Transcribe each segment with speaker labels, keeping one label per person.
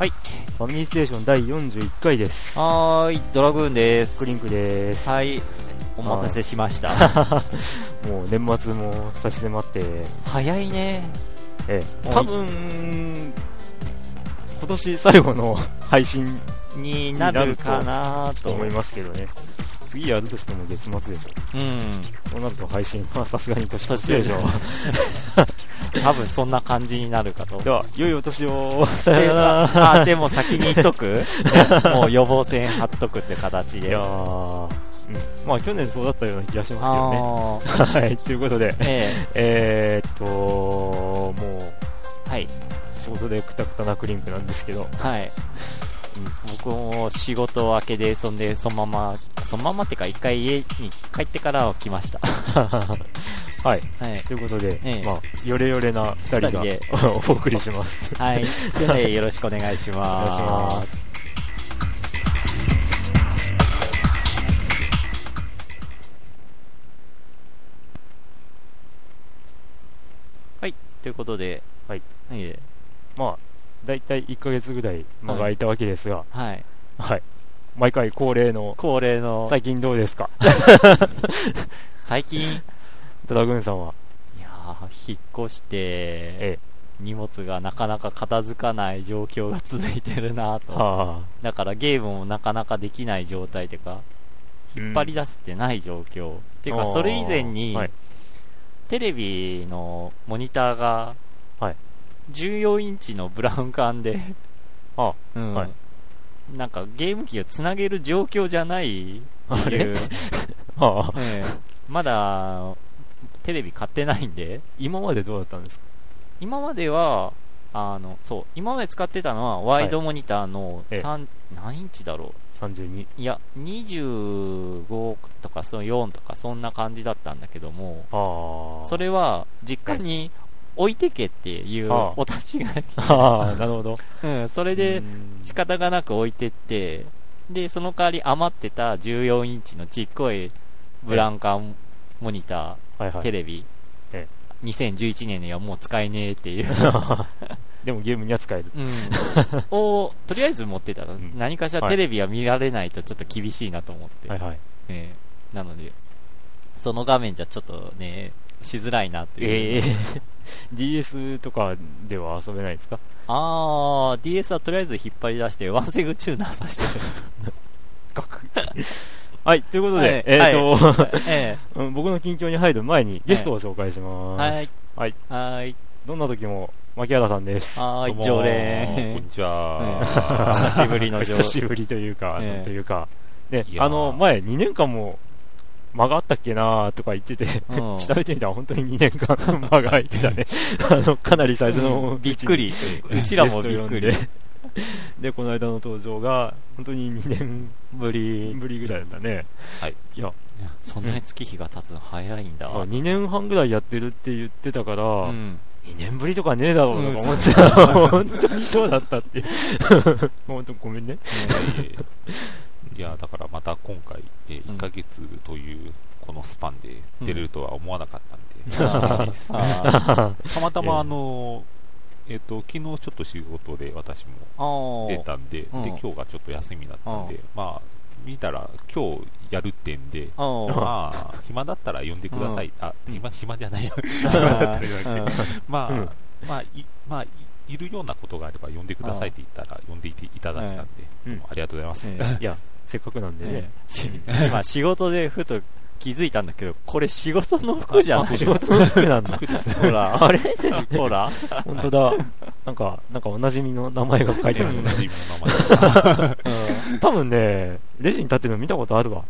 Speaker 1: ァミリーステーション第41回です。
Speaker 2: はーい、ドラグーンです。
Speaker 1: クリンクです。
Speaker 2: はい、お待たせしました。
Speaker 1: もう年末も差し迫って、
Speaker 2: 早いね。
Speaker 1: ええ、
Speaker 2: はい
Speaker 1: 多分、今年最後の配信
Speaker 2: になるかなと
Speaker 1: と思いますけどね。次やるとしても月末でしょ。
Speaker 2: うん。
Speaker 1: そうなると配信はさすがに年越しでしょ。
Speaker 2: 多分そんな感じになるかと。
Speaker 1: では、良いお年を。 さ
Speaker 2: で
Speaker 1: よなら。
Speaker 2: あ、でも先に言っと くもう予防線貼っとくって形
Speaker 1: い
Speaker 2: で。
Speaker 1: やー、うん。まあ去年そうだったような気がしますけ
Speaker 2: あ
Speaker 1: どね。
Speaker 2: ー
Speaker 1: はい、ということで、
Speaker 2: え
Speaker 1: えー、っと、もう、
Speaker 2: えはい、
Speaker 1: 仕事でくたくたなクリンクなんですけど、
Speaker 2: はい。僕も仕事明けで、そんで、そのまま、そのままってか、一回家に帰ってからは来ました。は
Speaker 1: はい、
Speaker 2: い。
Speaker 1: ということで、
Speaker 2: ええ
Speaker 1: まあ、ヨレヨレな二人が
Speaker 2: 二
Speaker 1: お送りし ます。
Speaker 2: はい。ではよろしくお願いします。
Speaker 1: お願いします。
Speaker 2: はい。ということで、
Speaker 1: はい。
Speaker 2: いえ。
Speaker 1: まあ、だいたい1ヶ月ぐらい間が空いたわけですが、
Speaker 2: はい。
Speaker 1: はい、毎回恒例の、
Speaker 2: 恒例の、
Speaker 1: 最近どうですか
Speaker 2: 最 近、い
Speaker 1: ドラグーンさんは。
Speaker 2: やー引っ越して、
Speaker 1: え
Speaker 2: 荷物がなかなか片付かない状況が続いてるなと。
Speaker 1: は
Speaker 2: だからゲームもなかなかできない状態とか、
Speaker 1: あ、
Speaker 2: 引
Speaker 1: 引
Speaker 2: っ張り出すってない状況。っていうか、それ以前に、
Speaker 1: はい、
Speaker 2: テレビのモニターが、
Speaker 1: はい
Speaker 2: 14インチのブラウン管で、
Speaker 1: あ
Speaker 2: うん
Speaker 1: はい
Speaker 2: なんかゲーム機をつなげる状況じゃないって
Speaker 1: あれ
Speaker 2: いう、
Speaker 1: はあ、
Speaker 2: ええまだテレビ買ってないんで、
Speaker 1: 今までどうだったんですか
Speaker 2: 今までは、あの、そう、今まで使ってたのはワイドモニターの
Speaker 1: ええ
Speaker 2: 3、何インチだろ
Speaker 1: ?32。
Speaker 2: ういや、25とかその4とかそんな感じだったんだけども、
Speaker 1: ああ。
Speaker 2: それは実家に置いてけっていう
Speaker 1: ああ
Speaker 2: お達しが来
Speaker 1: あ あ、なるほど。
Speaker 2: て、うん、それ
Speaker 1: う
Speaker 2: で
Speaker 1: ん
Speaker 2: 仕方がなく置いてって、で、その代わり余ってた14インチのちっこいブラウン管モニタ
Speaker 1: はいは
Speaker 2: ー、
Speaker 1: い
Speaker 2: テ。レビ
Speaker 1: え、
Speaker 2: 2011年にはもう使えねえっていう、
Speaker 1: でもゲームには使える。
Speaker 2: うん、をとりあえず持ってたの、
Speaker 1: ん
Speaker 2: 何かしらテレビは見られないとちょっと厳しいなと思って、
Speaker 1: はいはい。
Speaker 2: ええなので、その画面じゃちょっとね、しづらいなっていう。
Speaker 1: ええ DS とかでは遊べないですか
Speaker 2: あー、DS はとりあえず引っ張り出して、ワンセグチューナーさしてる。
Speaker 1: はい、ということで、
Speaker 2: はい
Speaker 1: えーと、
Speaker 2: え
Speaker 1: うん 僕の近況に入る前にゲストを紹介します。
Speaker 2: はい。
Speaker 1: はい。
Speaker 2: はい。
Speaker 1: どんな時も、牧原さんです。
Speaker 2: はー
Speaker 3: どうも
Speaker 2: い、常連
Speaker 3: ーこんに。ち
Speaker 2: ええ
Speaker 3: は。
Speaker 2: 久しぶり
Speaker 1: お
Speaker 2: の 常
Speaker 1: 久しぶりというか、
Speaker 2: ええ
Speaker 1: というか、ね
Speaker 3: い、やー
Speaker 1: あの、前2年間も間があったっけなーとか言ってて、
Speaker 2: うん
Speaker 1: 調べてみたら本当に2年間 間が空いて たね。あの、かなり最初の、
Speaker 2: びっくり。うちらもびっく
Speaker 1: ゲ
Speaker 2: り
Speaker 1: ス。ト呼ん で。で、この間の登場が、本当に2年
Speaker 2: ぶり。
Speaker 1: ぶりぐらいだったね。
Speaker 3: はい。
Speaker 1: いや、
Speaker 2: そんなに月日が経つの早いんだ。
Speaker 1: 2年半ぐらいやってるって言ってたから、
Speaker 2: うん。
Speaker 1: 2年ぶりとかねえだろうとか思ってた、 本当にそうだったっていう。本当ごめんね。
Speaker 3: いや、だからまた今回、えー
Speaker 2: うん
Speaker 3: 1ヶ月というこのスパンで出れるとは思わなかったんで、
Speaker 2: うん
Speaker 3: 嬉し いです。
Speaker 2: あ
Speaker 3: たまた
Speaker 1: ええ
Speaker 3: ま、あのー、えっと、昨日ちょっと仕事で私も
Speaker 2: ーあ ー。
Speaker 3: 出たんで、で、
Speaker 2: うん
Speaker 3: 今日がちょっと休みだったん
Speaker 2: う
Speaker 3: で、まあ、見たら今日やるってんで、
Speaker 2: あ ー。
Speaker 3: まあ、暇だったら呼んでください。あ、
Speaker 1: うん
Speaker 3: 今、暇じ ゃないや。
Speaker 2: あ
Speaker 3: うんまあ、
Speaker 1: うん
Speaker 3: まあ、い、まあ、いいるようなことがあれば呼んでくださいって言ったら、呼んでいていただけたんで、
Speaker 1: うん
Speaker 3: どうもありがとうございます。
Speaker 2: ー
Speaker 1: いや、せっかくなんで
Speaker 2: え
Speaker 1: ね。
Speaker 2: えし今仕事でふと気づいたんだけど、これ仕事の服じゃない
Speaker 1: 仕事の服なんだ。
Speaker 2: ほら、あれほら。
Speaker 1: 本当だ。なんか、なんかおなじみの名前が書いてある
Speaker 3: えー
Speaker 1: ね
Speaker 3: おなじみの名
Speaker 1: 多分ね、レジに立ってるの見たことあるわ。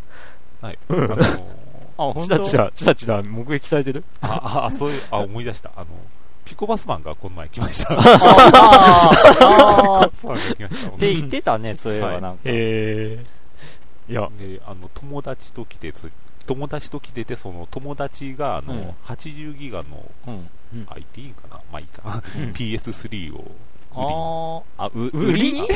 Speaker 3: 前で。はい。あのー
Speaker 2: あ、ほ
Speaker 1: チラチラ、チラチラ目撃されてる
Speaker 3: あ、あ、そういう、あ、思い出した。あの、ピコバスマンがこの前来ま した。
Speaker 2: あ あーあー
Speaker 3: ピコバスマンが来ました。
Speaker 2: って言ってたね、そういえばなんか。
Speaker 1: へえ。いや、
Speaker 3: であの友達と来てつ友達と来ててその友達があの、
Speaker 2: うん
Speaker 3: 80ギガの
Speaker 2: うん。
Speaker 3: あいていいかなまあいいか PS3 を
Speaker 2: ああ、あ、う、
Speaker 1: 売りに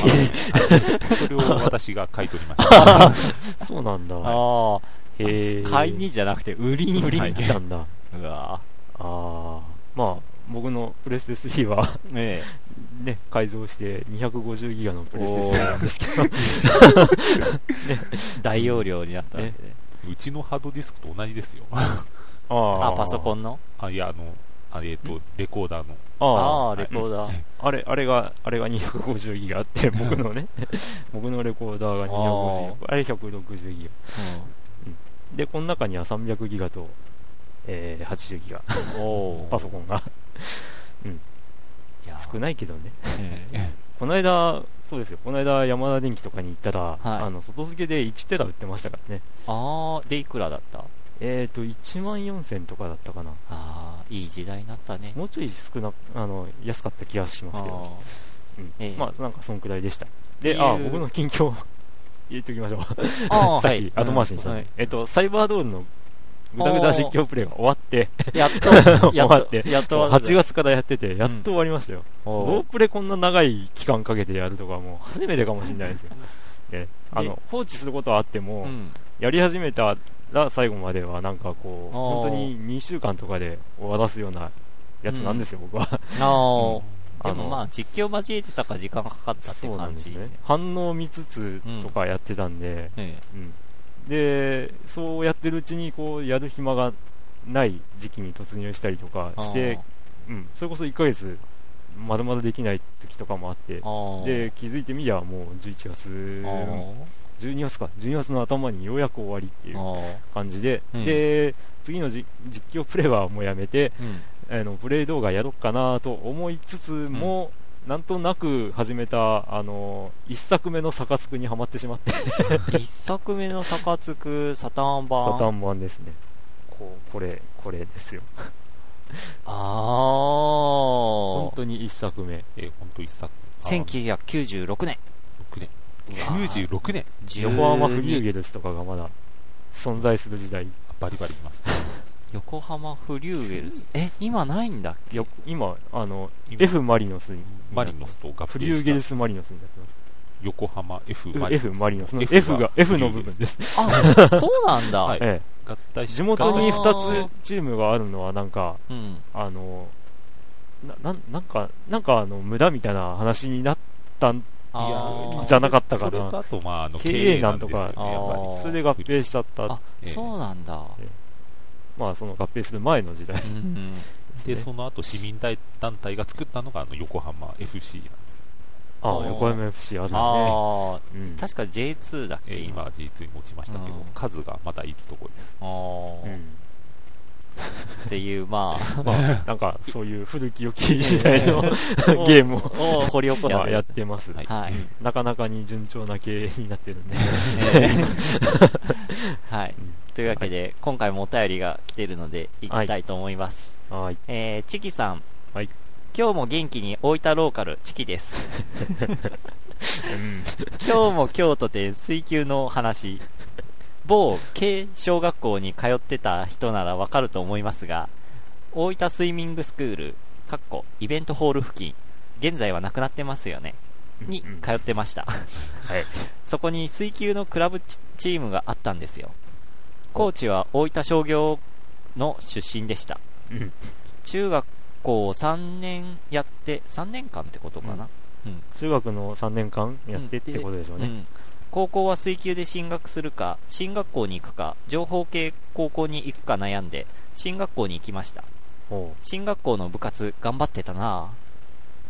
Speaker 3: それを私が買い取りました
Speaker 1: そうなんだ。
Speaker 2: あ
Speaker 1: へえ。
Speaker 2: あ、買いにじゃなくて売りに。
Speaker 1: 売 りに来たんだ。あ
Speaker 2: うわ
Speaker 1: あー。まあ、僕のプレステ3は
Speaker 2: ぁ。ね
Speaker 1: ね、改造して250ギガのプレイステー
Speaker 2: お
Speaker 1: ションなん
Speaker 2: ー
Speaker 1: ですけ
Speaker 2: 大容量になったわけで。
Speaker 3: うちのハードディスクと同じですよ。
Speaker 1: ど。あ
Speaker 2: あ、パソコ
Speaker 1: ン。
Speaker 2: ンの
Speaker 3: あ、いや、あの、あれ、えっと、レコーダーの。
Speaker 1: あ
Speaker 2: ああ、レコーダー。
Speaker 1: あ、あれ、あれが、あれが250ギガあ って、僕のね、僕のレコーダーが250ギガ。あれ160ギガ。で、この中には300ギガと、えー、80ギガ、
Speaker 2: うんお
Speaker 1: パソコンが
Speaker 2: いや
Speaker 1: 少ないけどね。
Speaker 2: うん
Speaker 1: この間、そうですよ、この間、山田電機とかに行ったら、あの外付けで1テラ売ってましたからね。
Speaker 2: あー、でいくらだった
Speaker 1: えっ、ー、と、1万4000とかだったかな。
Speaker 2: あー、いい時代になったね。
Speaker 1: もうちょい少な、あの、安かった気がしますけど。うん
Speaker 2: ええ
Speaker 1: まあ、なんか、そんくらいでした。
Speaker 2: い
Speaker 1: で、
Speaker 2: う
Speaker 1: あー、僕の近況、 言っときましょう。
Speaker 2: あー、
Speaker 1: さっ
Speaker 2: は
Speaker 1: き
Speaker 2: い、。
Speaker 1: 後回しにした、
Speaker 2: うんはい
Speaker 1: えっ、と、サイバードールのぐだぐだ実況プレイが終わって、
Speaker 2: やっ と、
Speaker 1: 終
Speaker 2: や
Speaker 1: わ
Speaker 2: っ
Speaker 1: って
Speaker 2: と、やっと、
Speaker 1: 8月からやってて、やっと終わりましたよ。ロー
Speaker 2: おー。
Speaker 1: プレこんな長い期間かけてやるとかもう初めてかもしれない ですよ。で、あの、放置することはあっても、
Speaker 2: うん。
Speaker 1: やり始めたら最後まではなんかこう、
Speaker 2: あー
Speaker 1: 本当に2週間とかで終わらすようなやつなんですよ、僕は。
Speaker 2: あー。
Speaker 1: あ
Speaker 2: で
Speaker 1: の
Speaker 2: もまあ、実況交えてたから時間かかったって
Speaker 1: そうなん
Speaker 2: 感
Speaker 1: です
Speaker 2: じ。
Speaker 1: ね。反応見つつとかやってたんで、
Speaker 2: え
Speaker 1: うんで、そうやってるうちにこう、やる暇がない時期に突入したりとか
Speaker 2: え
Speaker 1: して、、うん、それこそ1ヶ月、まるまるできない時とかもあって、
Speaker 2: あー、
Speaker 1: で気づいてみりゃもう11月
Speaker 2: あー、
Speaker 1: 12月か12月の頭にようやく終わりっていう
Speaker 2: あー
Speaker 1: 感じで、
Speaker 2: うん
Speaker 1: で次のじ実況プレイはもうやめて
Speaker 2: うん。
Speaker 1: あのプレイ動画やろっかなと思いつつも、なんとなく始めたあの1作目のサカツクにはまってしまって
Speaker 2: 一作目のサカツク、サターン版。
Speaker 1: サタン版ですねこうこれこれですよ
Speaker 2: あ
Speaker 1: 本
Speaker 2: ー。
Speaker 1: 当に1作目
Speaker 3: えー、ほんと一作。あー
Speaker 2: 1996年。
Speaker 3: 96年。
Speaker 2: わー
Speaker 3: 96年
Speaker 1: 横浜フリューゲルスとかがまだ存在する時代
Speaker 3: あバリバリいます。
Speaker 2: 横浜フリューゲルス。え、今ないんだっけ
Speaker 1: よ今あの
Speaker 3: 今
Speaker 1: F マリノスに
Speaker 3: マリノスと合併した
Speaker 1: フリューゲルスマリノスになってます
Speaker 3: 横浜 F マリノス。
Speaker 1: F マリノスの
Speaker 3: F
Speaker 1: F
Speaker 3: が
Speaker 1: が F の部分です。
Speaker 2: あ、 そうなんだ。
Speaker 3: はい
Speaker 1: え
Speaker 3: 合
Speaker 1: え
Speaker 3: 体
Speaker 1: 地元に
Speaker 2: あ
Speaker 1: 2
Speaker 2: ー
Speaker 1: つチームがあるのはなんか
Speaker 2: うん。
Speaker 1: あのななんなんかなんかあの村みたいな話になったん
Speaker 3: いや
Speaker 2: あー
Speaker 1: じゃなかった
Speaker 3: そ
Speaker 1: か
Speaker 3: れと
Speaker 1: な
Speaker 3: あと、まあ、あの、
Speaker 1: 経
Speaker 3: 経
Speaker 1: 営
Speaker 3: 営
Speaker 1: な
Speaker 3: なんん
Speaker 1: と
Speaker 3: と
Speaker 1: か
Speaker 3: か、やっぱり。
Speaker 2: あー
Speaker 1: それで合併しちゃった
Speaker 2: あ、そうなんだ。
Speaker 1: まあその合併する前の時代
Speaker 2: うんうん。
Speaker 1: で
Speaker 3: で、
Speaker 1: すね
Speaker 3: その後、市民大団体が作ったのが、あの、横浜 FC なんですよ。
Speaker 1: あ
Speaker 2: あ
Speaker 1: あ
Speaker 2: ー
Speaker 1: 横浜 FC あるよ
Speaker 2: あ
Speaker 1: ねうん
Speaker 2: ー、確か J2 だっ
Speaker 3: え
Speaker 2: け
Speaker 3: ー今、J2 に落ちましたけど
Speaker 2: うん、
Speaker 3: 数がまだいるところです。
Speaker 2: あ
Speaker 1: う
Speaker 2: ー。
Speaker 1: ん
Speaker 2: っていう、まあ、
Speaker 1: ま あなんかそういう古き良き時代 のゲームを
Speaker 2: を掘り起こ
Speaker 1: まあやっ
Speaker 2: して。
Speaker 1: てます
Speaker 3: はい
Speaker 2: はい。
Speaker 1: なかなかに順調な経営になってるん で
Speaker 2: はい。というわけで、今回もお便りが来てるので、行きたいと思います。
Speaker 1: はい
Speaker 2: えー、チキさん。
Speaker 1: はい
Speaker 2: 今日も元気に大分ローカル、チキです。今日も京都で水球の話。某軽小学校に通ってた人ならわかると思いますが、大分スイミングスクール、かっこイベントホール付近、現在はなくなってますよね。に
Speaker 1: うん
Speaker 2: 通ってました、
Speaker 1: い
Speaker 2: そこに水球のクラブチチームがあったんですよコーチは大分商業の出身でした、
Speaker 1: うん
Speaker 2: 中学校3年やって3年間ってことかな、
Speaker 1: 中学の3年間やってってことでしょう
Speaker 2: う
Speaker 1: ね、
Speaker 2: ん高校は水球で進学するか進学校に行くか情報系高校に行くか悩んで進学校に行きました
Speaker 1: おう
Speaker 2: 進学校の部活頑張ってたなぁ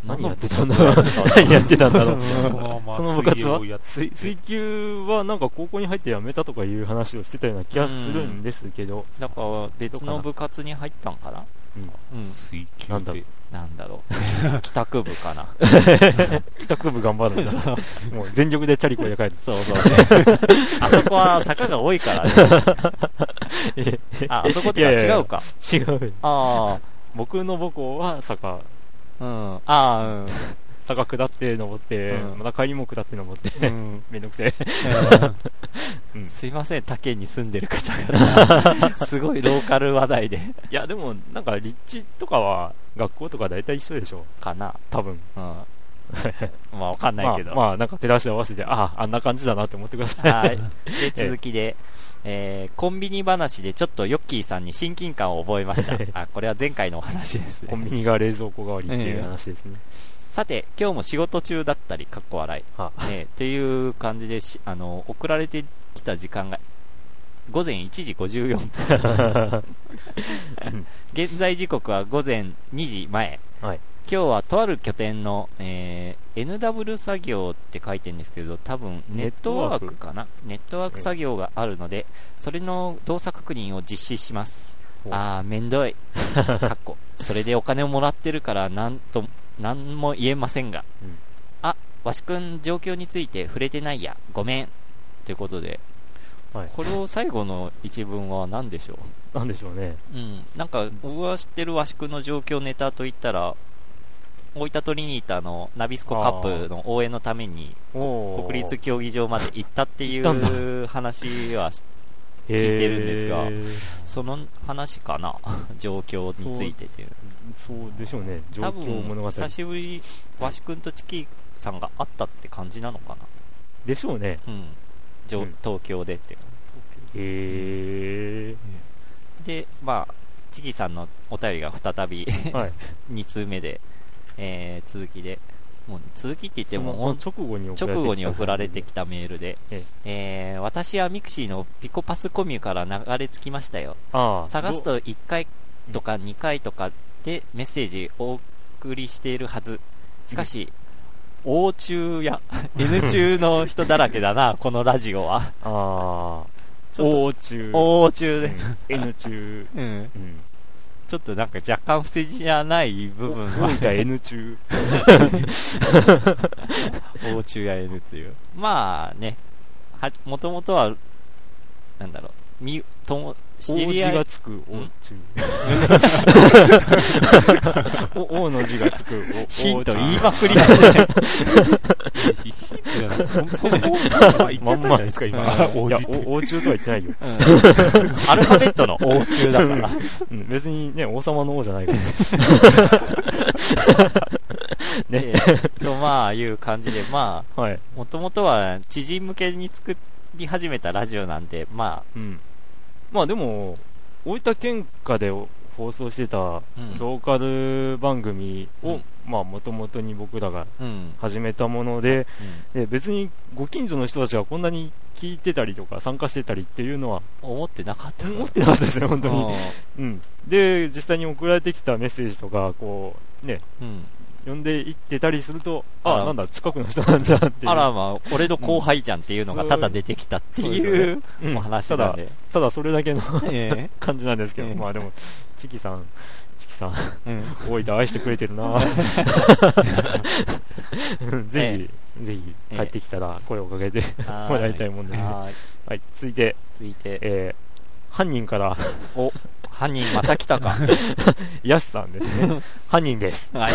Speaker 1: 何やって
Speaker 2: た
Speaker 1: たんだろう 何やってたんだろう
Speaker 3: そのまま
Speaker 1: その部活
Speaker 3: 水泳
Speaker 1: は
Speaker 3: をやって
Speaker 1: 水水球はなんか高校に入って辞めたとかいう話をしてたような気がするんですけど、
Speaker 2: だから別の部活に入ったんかな
Speaker 1: うん
Speaker 2: うん
Speaker 3: 水
Speaker 1: な
Speaker 3: 球
Speaker 1: んだろ
Speaker 3: で、
Speaker 2: なんだろう。帰宅部か な。
Speaker 1: 帰宅部頑張 るんだもう全力でチャリコで帰 る
Speaker 2: そうそう。 あそこは坂が多いから ね。あ、あそこってか
Speaker 1: いやいやいや
Speaker 2: 違うか。
Speaker 1: 違う
Speaker 2: あ
Speaker 1: 僕の母校は坂
Speaker 2: あ、うん。ああ、うん。
Speaker 1: 坂下って登って、
Speaker 2: うん
Speaker 1: また帰りも下って登って、 めんどくせえうん
Speaker 2: すいません、他県に住んでる方 々。すごいローカル話題で。
Speaker 1: いやでもなんか立地とかは学校とか大体一緒でしょ
Speaker 2: かな。
Speaker 1: 多分
Speaker 2: うん。 まあ、わかんないけど。
Speaker 1: まあ、まあ、なんか照らし合わせてあああんな感じだなって思ってください
Speaker 2: はい。で、続きで、えー、コンビニ話でちょっとヨッキーさんに親近 感を覚えました。あ、これは前回のお話ですね
Speaker 1: コ。ンビニが冷蔵庫代わりっていう話ですね。
Speaker 2: さて、今日も仕事中だったり、かっこ笑い。
Speaker 1: は
Speaker 2: ね、っていう感じでし、あの、送られてきた時間が、午前1時54分。現在時刻は午前2時前。
Speaker 1: はい
Speaker 2: 今日はとある拠点の、えー NW 作業って書いてるんですけど、多分ネットワークかなネットワーク作業があるので、それの動作確認を実施します。
Speaker 1: ほう
Speaker 2: あー、めんどい。かっこ。それでお金をもらってるから、なんと、なんも言えませんが。
Speaker 1: うん
Speaker 2: あ、わしくん状況について触れてないや。ごめん。ということで、
Speaker 1: はい
Speaker 2: これを最後の一文は何でしょう
Speaker 1: なんでしょうね。
Speaker 2: うん、なんか僕が知ってる和宿の状況ネタといったら大分トリニータのナビスコカップの応援のために
Speaker 1: 国
Speaker 2: 国立競技場まで行ったってい
Speaker 1: 行った
Speaker 2: う話はし
Speaker 1: 聞
Speaker 2: いてるんですがその話かな 状況についてっていう
Speaker 1: そうでしょうね。状
Speaker 2: 多
Speaker 1: 況物
Speaker 2: 分
Speaker 1: 語。
Speaker 2: 久しぶり和宿君とチキさんが会ったって感じなのか
Speaker 1: でしょうね。
Speaker 2: な、うんじょ
Speaker 1: うん
Speaker 2: 東京でって
Speaker 1: へ
Speaker 2: でまあチキさんのお便りが再び
Speaker 1: え。 はい。
Speaker 2: 2通目で、えー続きで、もう続きって言っても、
Speaker 1: そ
Speaker 2: ほん
Speaker 1: の直後に送られてきた。
Speaker 2: 直後に送られてきたメールで、
Speaker 1: え
Speaker 2: えー私はミクシーのピコパスコミュから流れ着きましたよ。
Speaker 1: ああ。
Speaker 2: 探すと1回とか2回とかでメッセージお送りしているはず。しかし、O 中や N 中の人だらけだ な、このラジオは。
Speaker 1: ああ。
Speaker 2: ちょっと、
Speaker 1: O 中。
Speaker 2: O 中で。
Speaker 1: N 中。
Speaker 2: うん。
Speaker 1: うん。
Speaker 2: ちょっとなんか若干不正じゃない部分は
Speaker 1: 大分 N 中。
Speaker 2: O 中や N っていう。まあね、は、もともとは、なんだろう、み、とも、知
Speaker 1: O
Speaker 2: り
Speaker 1: 字
Speaker 2: 合
Speaker 1: が
Speaker 2: い、
Speaker 1: つく O 中。 お O の字がつく O 中。
Speaker 2: ヒント言いまくり だね。
Speaker 3: ヒヒントじゃ ないそその方その言っちゃったんじゃないですか、今。
Speaker 1: い
Speaker 3: 王
Speaker 1: や
Speaker 3: 子っ、て。
Speaker 1: お王中とは言ってないよ。
Speaker 2: アルファベットの O 中だから。
Speaker 1: うん、別にね、王様の王じゃないから。ね。
Speaker 2: ええと、まあ、いう感じで、ま
Speaker 1: はい。
Speaker 2: あ、もともとは知人向けに作り始めたラジオなんで、ま
Speaker 1: うん。まあでも、大分県下で放送してた
Speaker 2: あ、うん。
Speaker 1: ローカル番組を、
Speaker 2: うん
Speaker 1: まあ元々に僕らが
Speaker 2: うん。
Speaker 1: 始めたもので、
Speaker 2: うん
Speaker 1: で別にご近所の人たちがこんなに聞いてたりとか参加してたりっていうのは
Speaker 2: 思ってなかった。
Speaker 1: 思ってなかったですね、本当に。
Speaker 2: あ
Speaker 1: うん。で、実際に送られてきたメッセージとか、こう、ね、
Speaker 2: ーうん。
Speaker 1: 読んでいってたりすると、
Speaker 2: あ
Speaker 1: あ
Speaker 2: ら
Speaker 1: あ、なんだ、近くの人なんじゃっていう。
Speaker 2: あらまあ、俺の後輩じゃんっていうのがただ出てきたっていう
Speaker 1: うん
Speaker 2: もう話なんで。
Speaker 1: ただそれだけの
Speaker 2: え
Speaker 1: 感じなんですけど、
Speaker 2: ええ
Speaker 1: まあでも、チキさん、チキさん、
Speaker 2: え うん
Speaker 1: 大分愛してくれて るなうんぜひ、ぜひ、帰ってきたら声をかけてもらいたいもんですね。
Speaker 2: はい
Speaker 1: はい、続いて、
Speaker 2: 続いて、
Speaker 1: えー犯人から、
Speaker 2: お、犯人また来 たか。
Speaker 1: ヤスさんです ね。犯人です。
Speaker 2: は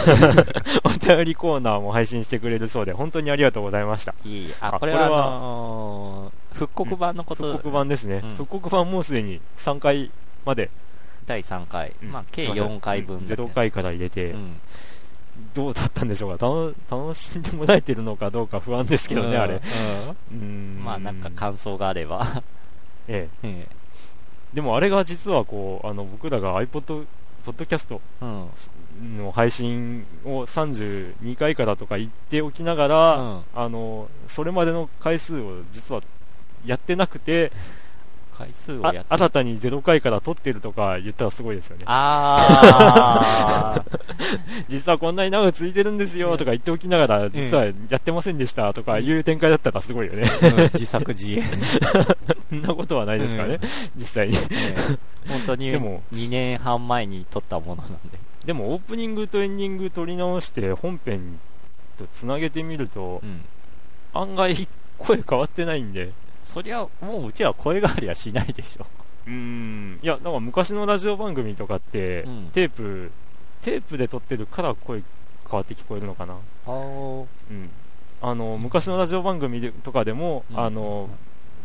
Speaker 1: お便りコーナーも配信してくれるそうで、本当にありがとうございました。
Speaker 2: い。いいあ、
Speaker 1: あ
Speaker 2: これは、あ
Speaker 1: これは
Speaker 2: のー復刻版のこと、
Speaker 1: 復刻版ですね。
Speaker 2: うん
Speaker 1: 復刻版もうすでに3回まで、
Speaker 2: 第3回。
Speaker 1: うん
Speaker 2: まあ、計
Speaker 1: すいせん
Speaker 2: 4回分
Speaker 1: うん
Speaker 2: だね
Speaker 1: 0回から入れて、
Speaker 2: うん。
Speaker 1: どうだったんでしょうか楽楽しんでもらえてるのかどうか不安ですけどね、あれ。うー
Speaker 2: うんんまあ、なんか感想があれば。
Speaker 1: ええ。
Speaker 2: え
Speaker 1: でもあれが実はこう、あの、僕らが iPod、ポッドキャスト
Speaker 2: えうん。
Speaker 1: の配信を32回からとか言っておきながら、
Speaker 2: うん
Speaker 1: あの、それまでの回数を実はやってなくて、
Speaker 2: 回数を
Speaker 1: あ
Speaker 2: やって。
Speaker 1: 新たに0回から撮ってるとか言ったらすごいですよね。
Speaker 2: あ ー。
Speaker 1: 実はこんなに長く続いてるんですよとか言っておきながら、実はやってませんでしたとかいう展開だったらすごいよね。
Speaker 2: うん自作自演。
Speaker 1: そんなことはないですからね、実際に。
Speaker 2: ええ本当に
Speaker 1: でも
Speaker 2: 2年半前に撮ったものなんで。
Speaker 1: でもオープニングとエンディング撮り直して本編とつなげてみると
Speaker 2: うん。
Speaker 1: 案外声変わってないんで
Speaker 2: そりゃ、もううちら声変わりはしないでしょ。
Speaker 1: うーんいやなんか昔のラジオ番組とかって、
Speaker 2: うん
Speaker 1: テープテープで撮ってるから声変わって聞こえるのかな
Speaker 2: あー。
Speaker 1: うんあの昔のラジオ番組でとかでも、
Speaker 2: うん
Speaker 1: あの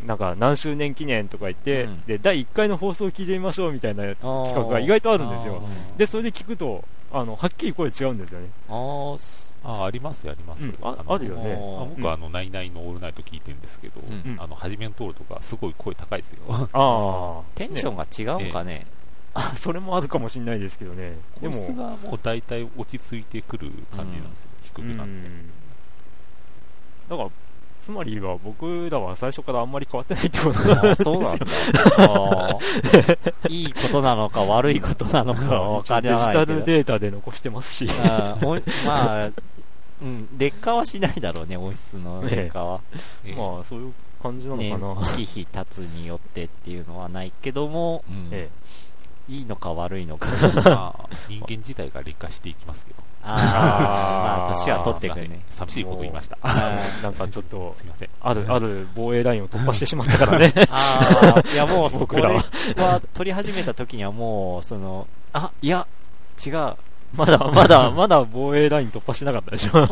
Speaker 1: なんか何周年記念とか言って、
Speaker 2: うん
Speaker 1: で第1回の放送を聞いてみましょうみたいな企画が意外とあるんですよ
Speaker 2: あー
Speaker 1: でそれで聞くとあのはっきり声違うんですよね、
Speaker 2: あーす
Speaker 3: あ、ありますよ、あります
Speaker 1: う
Speaker 3: よ
Speaker 1: ん。あ
Speaker 3: の
Speaker 1: あるよね
Speaker 3: まあ僕
Speaker 1: うん
Speaker 3: はあの、ナイナイのオールナイト聞いてるんですけど、
Speaker 2: うん
Speaker 3: あの、初めの通るとか、すごい声高いですよ。
Speaker 1: ああ
Speaker 2: テンションが違うんかね。
Speaker 1: あ それもあるかもしれないですけどね。で
Speaker 3: こい
Speaker 1: も
Speaker 3: つ、がもう大体落ち着いてくる感じなんですよ、低
Speaker 1: う
Speaker 3: く
Speaker 1: ん
Speaker 3: なって。
Speaker 1: だから、つまりは僕らは最初からあんまり変わってないってこと
Speaker 2: あーそうなんだ。あーいいことなのか悪いことなのかわかり
Speaker 1: デ
Speaker 2: ゃ
Speaker 1: ジ
Speaker 2: な
Speaker 1: タ
Speaker 2: いけど
Speaker 1: ル。データで残してますし、
Speaker 2: うんほんまあ、うん、劣化はしないだろうね、音質の劣化は。
Speaker 3: ええ
Speaker 1: まあそういう感じなの
Speaker 2: ね
Speaker 1: かな。
Speaker 2: 月日経つによってっていうのはないけども、
Speaker 3: うん
Speaker 1: え
Speaker 2: いいのか悪いのか。
Speaker 3: まあ、人間自体が劣化していきますけど。
Speaker 2: ああ、まあ、
Speaker 1: あー
Speaker 2: 年は取っていくね。
Speaker 3: 寂しいこと言いました。
Speaker 1: え、なんかちょっ と
Speaker 3: す、いません。
Speaker 1: ある、ある防衛ラインを突破してしまったからね。
Speaker 2: ああ、いやもう、そこ
Speaker 1: 僕らは
Speaker 2: は取り始めた時にはもう、その、あ、いや、違う。
Speaker 1: まだ、まだ、まだ防衛ライン突破してなかったでしょ。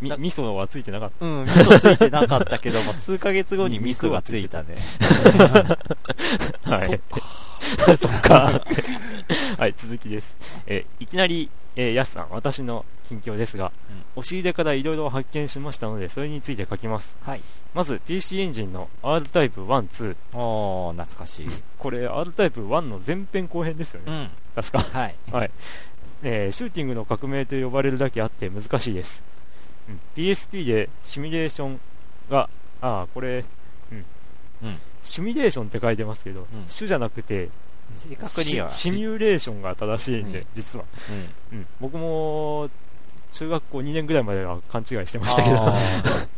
Speaker 1: み味噌はついてなかっ
Speaker 2: うん、うん、ミソついてなかったけども、数ヶ月後にミソがついたね。
Speaker 1: た。はい。そっか。 そっか。はい、続きです。えーいきなり、えー、やすさん、私の近況ですが、押し入れからいろいろ発見しましたので、それについて書きます。
Speaker 2: はい。
Speaker 1: まず、PC エンジンの R タイプ1、2。
Speaker 2: おー、懐かしい。
Speaker 1: これ、R タイプ1の前編後編ですよ
Speaker 2: う
Speaker 1: ね。
Speaker 2: ん。
Speaker 1: 確か。
Speaker 2: はい。
Speaker 1: えーシューティングの革命と呼ばれるだけあって難しいです、うん、PSP でシミュレーションがああこれ、うん
Speaker 2: うん
Speaker 1: シミュレーションって書いてますけど、
Speaker 2: ん
Speaker 1: 主じゃなくて
Speaker 2: 正確には。
Speaker 1: シシミュレーションが正しいんで、
Speaker 2: うん
Speaker 1: 実は、
Speaker 2: うん
Speaker 1: うん、僕も中学校2年ぐらいまでは勘違いしてましたけど、
Speaker 2: あ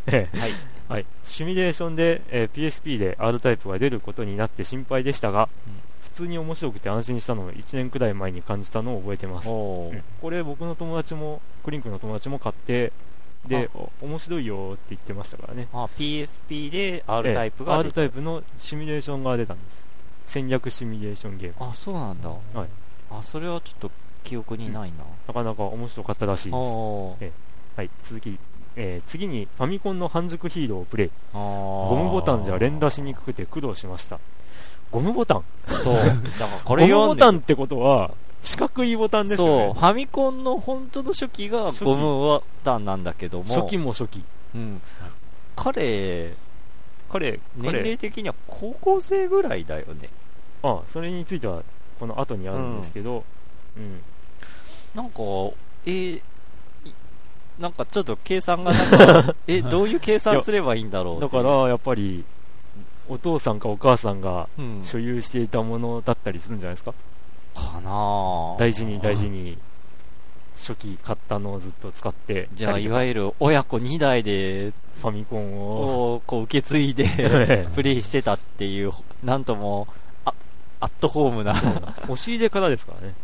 Speaker 1: え
Speaker 2: ーはい。
Speaker 1: え はい、シミュレーションで、えー PSP で R タイプが出ることになって心配でしたが、
Speaker 2: うん
Speaker 1: 普通に面白くて安心したのを1年くらい前に感じたのを覚えてます
Speaker 2: おー。
Speaker 1: これ僕の友達もクリンクの友達も買ってで面白いよって言ってましたからね
Speaker 2: あ、PSP で R タイプ
Speaker 1: ええ
Speaker 2: が
Speaker 1: R
Speaker 2: 出た。
Speaker 1: タイプのシミュレーションが出たんです戦略シミュレーションゲーム
Speaker 2: あ、そうなんだ。
Speaker 1: はい
Speaker 2: あ、それはちょっと記憶にないな。
Speaker 1: なかなか面白かったらしいですは
Speaker 2: おー。
Speaker 1: い続き、えー次にファミコンの半熟ヒーローをプレイ
Speaker 2: あー
Speaker 1: ゴムボタンじゃ連打しにくくて苦労しましたゴムボタン
Speaker 2: そう。だからこ
Speaker 1: ゴ
Speaker 2: れ
Speaker 1: ム
Speaker 2: 読
Speaker 1: ボ
Speaker 2: んで
Speaker 1: タンってことは四角いボタンです
Speaker 2: そう、
Speaker 1: よ
Speaker 2: フ
Speaker 1: ね
Speaker 2: ァミコンの本当の初期が
Speaker 1: 初期
Speaker 2: ゴムボタンなんだけども、
Speaker 1: 初期も初期
Speaker 2: うん、彼、
Speaker 1: 彼
Speaker 2: 年
Speaker 1: 彼
Speaker 2: 齢的には高校生ぐらいだよね。
Speaker 1: あそれについてはこの後にあるんですけど、うん、
Speaker 2: なんか、えーいなんかちょっと計算がなん か、え、どういう計算すればいいんだろう
Speaker 1: だから、やっぱり、お父さんかお母さんが
Speaker 2: うん、
Speaker 1: 所有していたものだったりするんじゃないですか、
Speaker 2: かなぁ
Speaker 1: 大事に大事に、初期買ったのをずっと使って、
Speaker 2: じゃあ、
Speaker 1: 二
Speaker 2: い
Speaker 1: 人
Speaker 2: わゆる親子2代で、
Speaker 1: ファミコンを、
Speaker 2: こう、こう受け継いで、
Speaker 1: え
Speaker 2: プレイしてたっていう、なんとも、あ、アットホームな、
Speaker 1: え押し入れからですからね。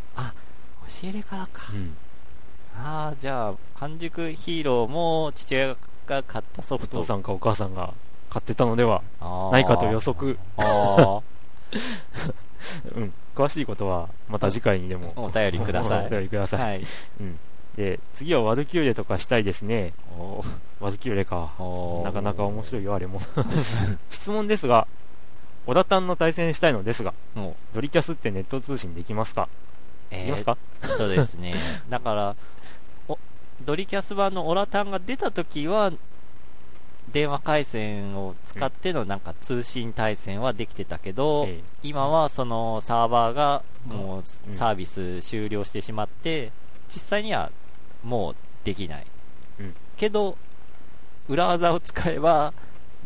Speaker 2: 教えれからか。
Speaker 1: うん
Speaker 2: ああ、じゃあ、半熟ヒーローも父親が買ったソ
Speaker 1: お
Speaker 2: フト。
Speaker 1: 父さんかお母さんが買ってたのでは
Speaker 2: あー
Speaker 1: ないかと予測。
Speaker 2: あー
Speaker 1: うん。詳しいことは、また次回にでも。
Speaker 2: お便りくださ
Speaker 1: お
Speaker 2: い。
Speaker 1: 便りください。
Speaker 2: はい。
Speaker 1: で、次はワルキューレとかしたいですね。
Speaker 2: おー
Speaker 1: ワルキューレか。
Speaker 2: おー
Speaker 1: なかなか面白いよ、あれも。 質問ですが、小田んの対戦したいのですが、
Speaker 2: もう、
Speaker 1: ドリキャスってネット通信できますか、で
Speaker 2: え
Speaker 1: きま
Speaker 2: ー、
Speaker 1: すか
Speaker 2: っとです ね。だから、おドリキャス版のオラタンが出た時は、電話回線を使ってのなんか通信対戦はできてたけど、
Speaker 1: え
Speaker 2: 今はそのサーバーがもう
Speaker 1: うん
Speaker 2: サービス終了してしまって、実際にはもうできない。
Speaker 1: うん
Speaker 2: けど、裏技を使えば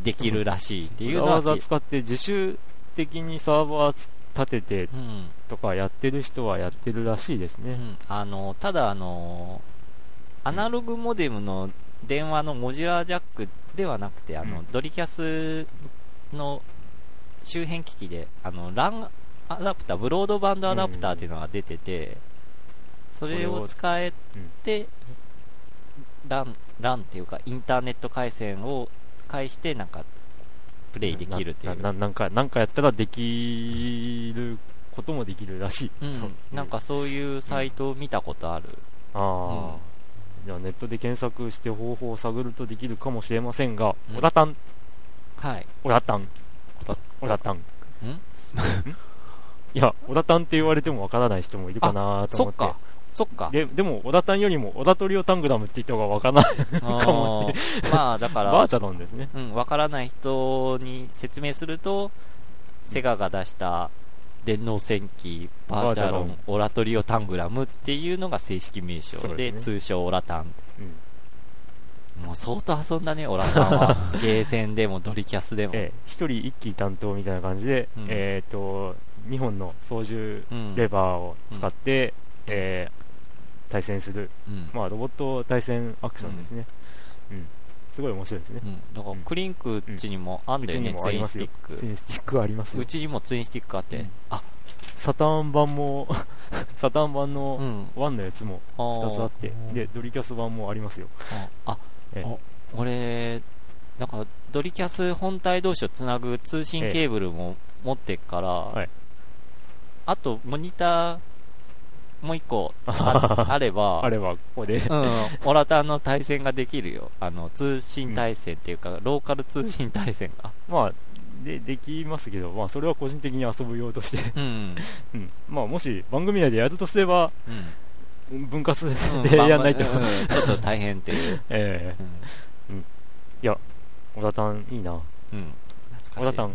Speaker 2: できるらしいって
Speaker 1: え
Speaker 2: いう
Speaker 1: 裏
Speaker 2: のは
Speaker 1: 技使って自主的にサーバーつ立てて
Speaker 2: うん
Speaker 1: とかやってる人はやってるらしいです
Speaker 2: う
Speaker 1: ね。
Speaker 2: ん、あのただあの、アナログモデムの電話のモジュラージャックではなくて、あの
Speaker 1: うん
Speaker 2: ドリキャスの周辺機器で、あの LAN アダプター、ブロードバンドアダプターっていうのが出てて、それを使えて、LAN、LAN っていうか、インターネット回線を介して、なんか、プレイできるっていう。
Speaker 1: なななんか、なんかやったらできることもできるらしい。
Speaker 2: うん、なんかそういうサイトを見たことある。
Speaker 1: ああ。じゃあネットで検索して方法を探るとできるかもしれませんが、
Speaker 2: うん
Speaker 1: 小田ん
Speaker 2: はい。
Speaker 1: オラタン。オラタン。んいや、オラタンって言われてもわからない人もいるかなと
Speaker 2: そ
Speaker 1: 思
Speaker 2: っ
Speaker 1: って。
Speaker 2: か。そっか。
Speaker 1: で、でも、オラタンよりも、オラトリオタングダムって人がわからない。
Speaker 2: あーまあだか
Speaker 1: バー
Speaker 2: ら、
Speaker 1: チャルなんですね。
Speaker 2: うん、わからない人に説明すると、セガが出した、電脳戦記、バーチャロ
Speaker 1: バーチャロ
Speaker 2: ン
Speaker 1: ン、
Speaker 2: オラトリオタングラムっていうのが正式名称
Speaker 1: そう
Speaker 2: で、
Speaker 1: ですね
Speaker 2: 通称オラタン。
Speaker 1: うん
Speaker 2: もう相当遊んだね、オラタン は。ゲーセンでもドリキャスでも。
Speaker 1: ええ一人一機担当みたいな感じで、
Speaker 2: うん
Speaker 1: えっ、と、2本の操縦
Speaker 2: うん
Speaker 1: レバーを使って、えー対戦する、
Speaker 2: うん
Speaker 1: まあ、ロボット対戦アクションですね。うん。すごい面白いですね
Speaker 2: う。んだから、クリンクっちにもあん
Speaker 1: う
Speaker 2: だよ
Speaker 1: ち
Speaker 2: ね、
Speaker 1: にも
Speaker 2: ツ
Speaker 1: あ
Speaker 2: イ
Speaker 1: り
Speaker 2: ン
Speaker 1: ま
Speaker 2: ステ
Speaker 1: す
Speaker 2: ィ
Speaker 1: よ
Speaker 2: ッ。
Speaker 1: ツ
Speaker 2: ク
Speaker 1: イ。ンスティックはありますよ
Speaker 2: う。ちにもツインスティックあって、
Speaker 1: うん
Speaker 2: あ、
Speaker 1: サターン版も、 サターン版
Speaker 2: う
Speaker 1: の
Speaker 2: ん。
Speaker 1: 1のやつも
Speaker 2: あ
Speaker 1: 2つあって
Speaker 3: う、ん
Speaker 1: で、ドリキャス版もありますよ。
Speaker 2: ああ
Speaker 1: ええ
Speaker 2: お俺、なんかドリキャス本体同士をつなぐ通信ケーブルも持ってっから、
Speaker 1: い
Speaker 2: あとモニターもう一個ああれば、
Speaker 1: あれば、ここで、
Speaker 2: うん、オラタンの対戦ができるよ。あの、通信対戦っていうか、ローカル通信対戦が。
Speaker 1: まあ、で、できますけど、まあ、それは個人的に遊ぶ用として、
Speaker 2: うん。
Speaker 1: うん。まあ、もし番組内でやるとすれば、
Speaker 2: うん。
Speaker 1: 分割
Speaker 2: うん
Speaker 1: でやんないと。
Speaker 2: まあまあうんちょっと大変っていう。
Speaker 1: え
Speaker 2: うん
Speaker 1: え、オラタンいいな。
Speaker 2: うん。懐かしい。
Speaker 1: オラタン、